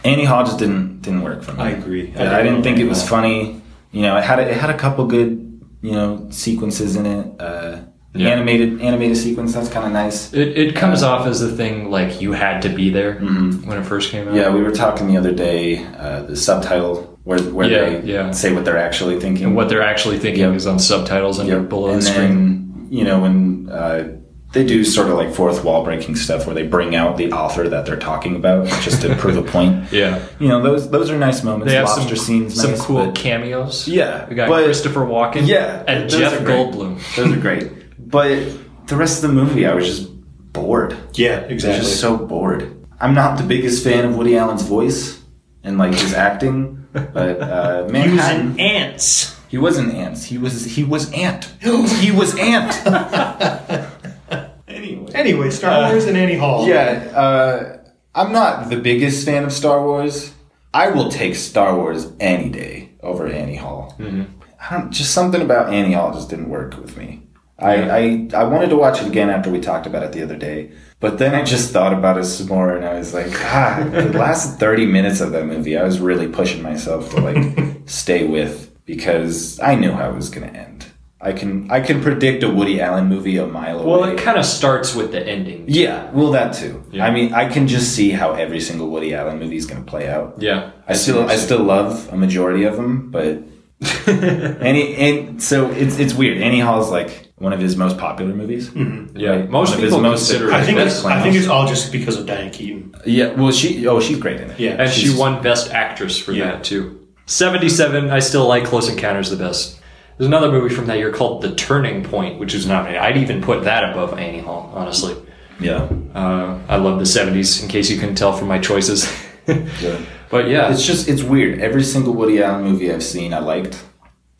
S3: Annie Hall just didn't didn't work for me.
S2: I agree.
S3: I, I didn't think it was funny. You know, it had a, it had a couple good you know sequences in it. Uh, the
S1: Yeah.
S3: Animated animated sequence that's kind of nice.
S1: It, it comes off as a thing like you had to be there when it first came out.
S3: Mm-hmm. Yeah, we were talking the other day. Uh, the subtitle where where
S1: Yeah,
S3: they
S1: yeah.
S3: say what they're actually thinking.
S1: And what they're actually thinking
S3: Yep.
S1: is on subtitles under
S3: Yep.
S1: below
S3: and
S1: the screen.
S3: then, you know when uh, they do sort of like fourth wall breaking stuff where they bring out the author that they're talking about just to prove a
S1: *laughs*
S3: point.
S1: Yeah.
S3: You know those those are nice moments.
S1: They have
S3: Lobster
S1: some,
S3: scenes,
S1: some
S3: nice,
S1: cool
S3: but-
S1: cameos.
S3: yeah.
S1: We got
S3: but-
S1: Christopher Walken
S3: Yeah,
S1: and
S3: those
S1: Jeff
S3: are great.
S1: Goldblum.
S3: Those are great. But the rest of the movie, I was just bored.
S2: Yeah,
S3: I was
S2: exactly.
S3: just so bored. I'm not the biggest fan of Woody Allen's voice and like his acting, but
S1: *laughs*
S3: uh,
S2: he was
S3: Manhattan.
S2: in ants.
S3: He wasn't ants. He was he was ant. he was ant. anyway.
S2: Anyway, Star
S1: Uh,
S2: Wars and Annie Hall.
S3: Yeah, uh, I'm not the biggest fan of Star Wars. I will take Star Wars any day over Annie Hall.
S1: Mm-hmm.
S3: I don't, just something about Annie Hall just didn't work with me. I, I I wanted to watch it again after we talked about it the other day, but then I just thought about it some more, and I was like, ah,
S1: *laughs*
S3: the last thirty minutes of that movie, I was really pushing myself to
S1: *laughs*
S3: like stay with because I knew how it was going to end. I can I can predict a Woody Allen movie a mile away.
S1: Well, it kind of starts with the ending.
S3: Yeah, well, that too. I mean, I can just see how every single Woody Allen movie is going to play out.
S1: Yeah.
S3: I still, I still love a
S2: *laughs*
S3: majority of them, but any and so it's it's weird. Annie Hall's like one of his most popular movies.
S2: Mm-hmm.
S1: Yeah,
S3: Right?
S1: most
S3: One of his
S1: people
S3: most-
S1: consider it.
S2: I think
S3: Best
S2: it's,
S3: Clown.
S2: I think it's all just because of Diane Keaton.
S3: Yeah, well, she oh she's great in it.
S2: Yeah.
S1: and she
S3: she's-
S1: won Best Actress for
S2: Yeah.
S1: that too. Seventy-seven. I still like Close Encounters the best. There's another movie from that year called The Turning Point, which is nominated. I'd even put that above Annie Hall, honestly.
S3: yeah,
S1: Uh, I love the '70s. In case you couldn't tell from my choices, *laughs* but yeah,
S3: It's just it's weird. Every single Woody Allen movie I've seen, I liked.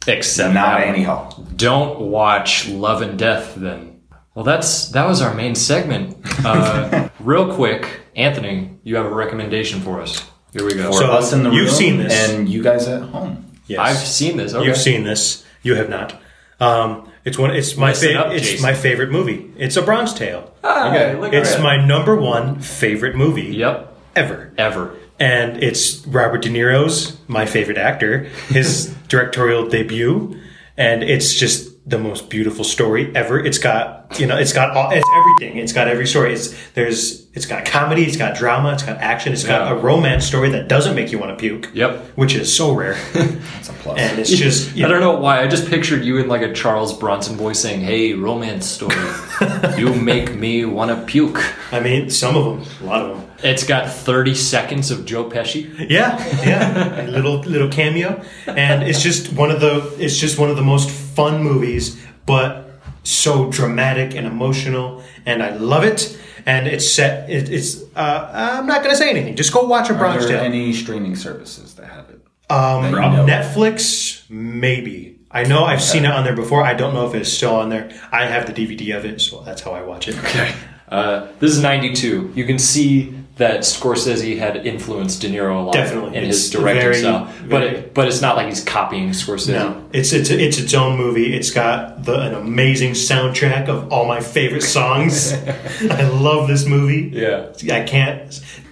S1: except
S3: Not
S1: that one.
S3: Annie Hall.
S1: Don't watch Love and Death then. Well, that's that was our main segment.
S3: *laughs*
S1: Uh, real quick, Anthony, you have a recommendation for us. Here we go.
S3: For
S2: So,
S3: us in the
S2: you've
S3: room
S2: seen this.
S3: and you guys at home.
S2: Yes.
S1: I've seen this. Okay.
S2: You've seen this. You have not. Um, it's one. It's my
S1: Listen
S2: favorite.
S1: up,
S2: It's
S1: Jason.
S2: my favorite movie. It's a Bronze Tale.
S1: Ah,
S3: Okay.
S1: look at
S2: It's
S1: that.
S2: my number one favorite movie
S1: Yep.
S2: ever.
S1: Ever.
S2: and it's Robert De Niro's my favorite actor,
S1: *laughs*
S2: his directorial debut, and it's just the most beautiful story ever. It's got you know, it's got all, it's everything. It's got every story. It's there's it's got comedy, it's got drama, it's got action, it's got
S1: Yeah.
S2: a romance story that doesn't make you want to puke.
S1: Yep.
S2: which is so
S1: *laughs*
S2: rare,
S3: That's a plus.
S2: and it's just you
S1: I don't know why. I just pictured you in like a Charles Bronson voice saying, "Hey, romance story,
S2: *laughs*
S1: you make me wanna puke."
S2: I mean, some of them, a lot of them.
S1: It's got 30 seconds of Joe Pesci.
S2: Yeah, yeah, a little little cameo, and it's just one of the it's just one of the most fun movies, but so dramatic and emotional, and I love it. And it's set. It, it's uh, I'm not gonna say anything. Just go watch a
S3: Are
S2: Bronx
S3: there
S2: Tale.
S3: any streaming services that have it?
S2: um,
S3: Bravo.
S2: Netflix, maybe. I know I've seen it on there before. I don't know if it's still on there. I have the DVD of it, so that's how I watch it. Okay.
S1: Uh, this is 92. You can see that Scorsese had influenced De Niro a lot
S2: Definitely.
S1: in
S2: It's
S1: his directing
S2: very,
S1: style. But
S2: very-
S1: it, but it's not like he's copying Scorsese.
S2: No, it's it's it's its own movie. It's got the, an amazing soundtrack of all my favorite
S1: *laughs*
S2: songs. I love this movie.
S1: Yeah.
S2: I can't.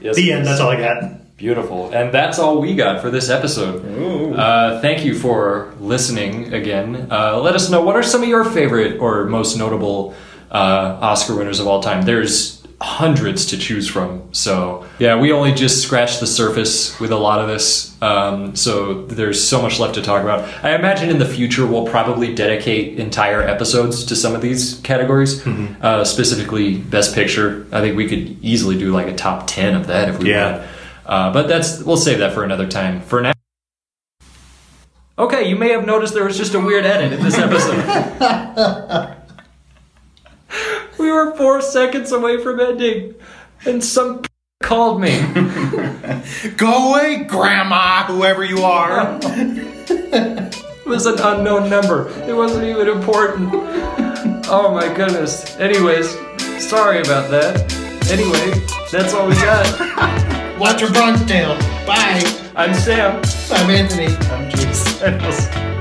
S1: Yes,
S2: the
S1: it
S2: end.
S1: is.
S2: That's all I got.
S1: Beautiful. And that's all we got for this episode. Uh, thank you for listening again. Uh, let us know what are some of your favorite or most notable uh, Oscar winners of all time. There's hundreds to choose from. So, yeah, we only just scratched the surface with a lot of this. Um, so, there's so much left to talk about. I imagine in the future we'll probably dedicate entire episodes to some of these categories, uh, specifically Best Picture. I think we could easily do like a top 10 of that if we
S2: Yeah.
S1: wanted. Uh, but that's we'll save that for another time. For now. Okay, you may have noticed there was just a weird edit in this episode. *laughs* we were four seconds away from ending, and some *laughs* called me.
S2: Go away, Grandma, whoever you
S3: *laughs*
S2: are.
S1: It was an unknown number. It wasn't even important. Oh my goodness. Anyways, sorry about that. Anyway, that's all we got.
S2: Watch a Bronx Tale. Bye.
S1: I'm Sam.
S2: I'm Anthony.
S1: And we'll-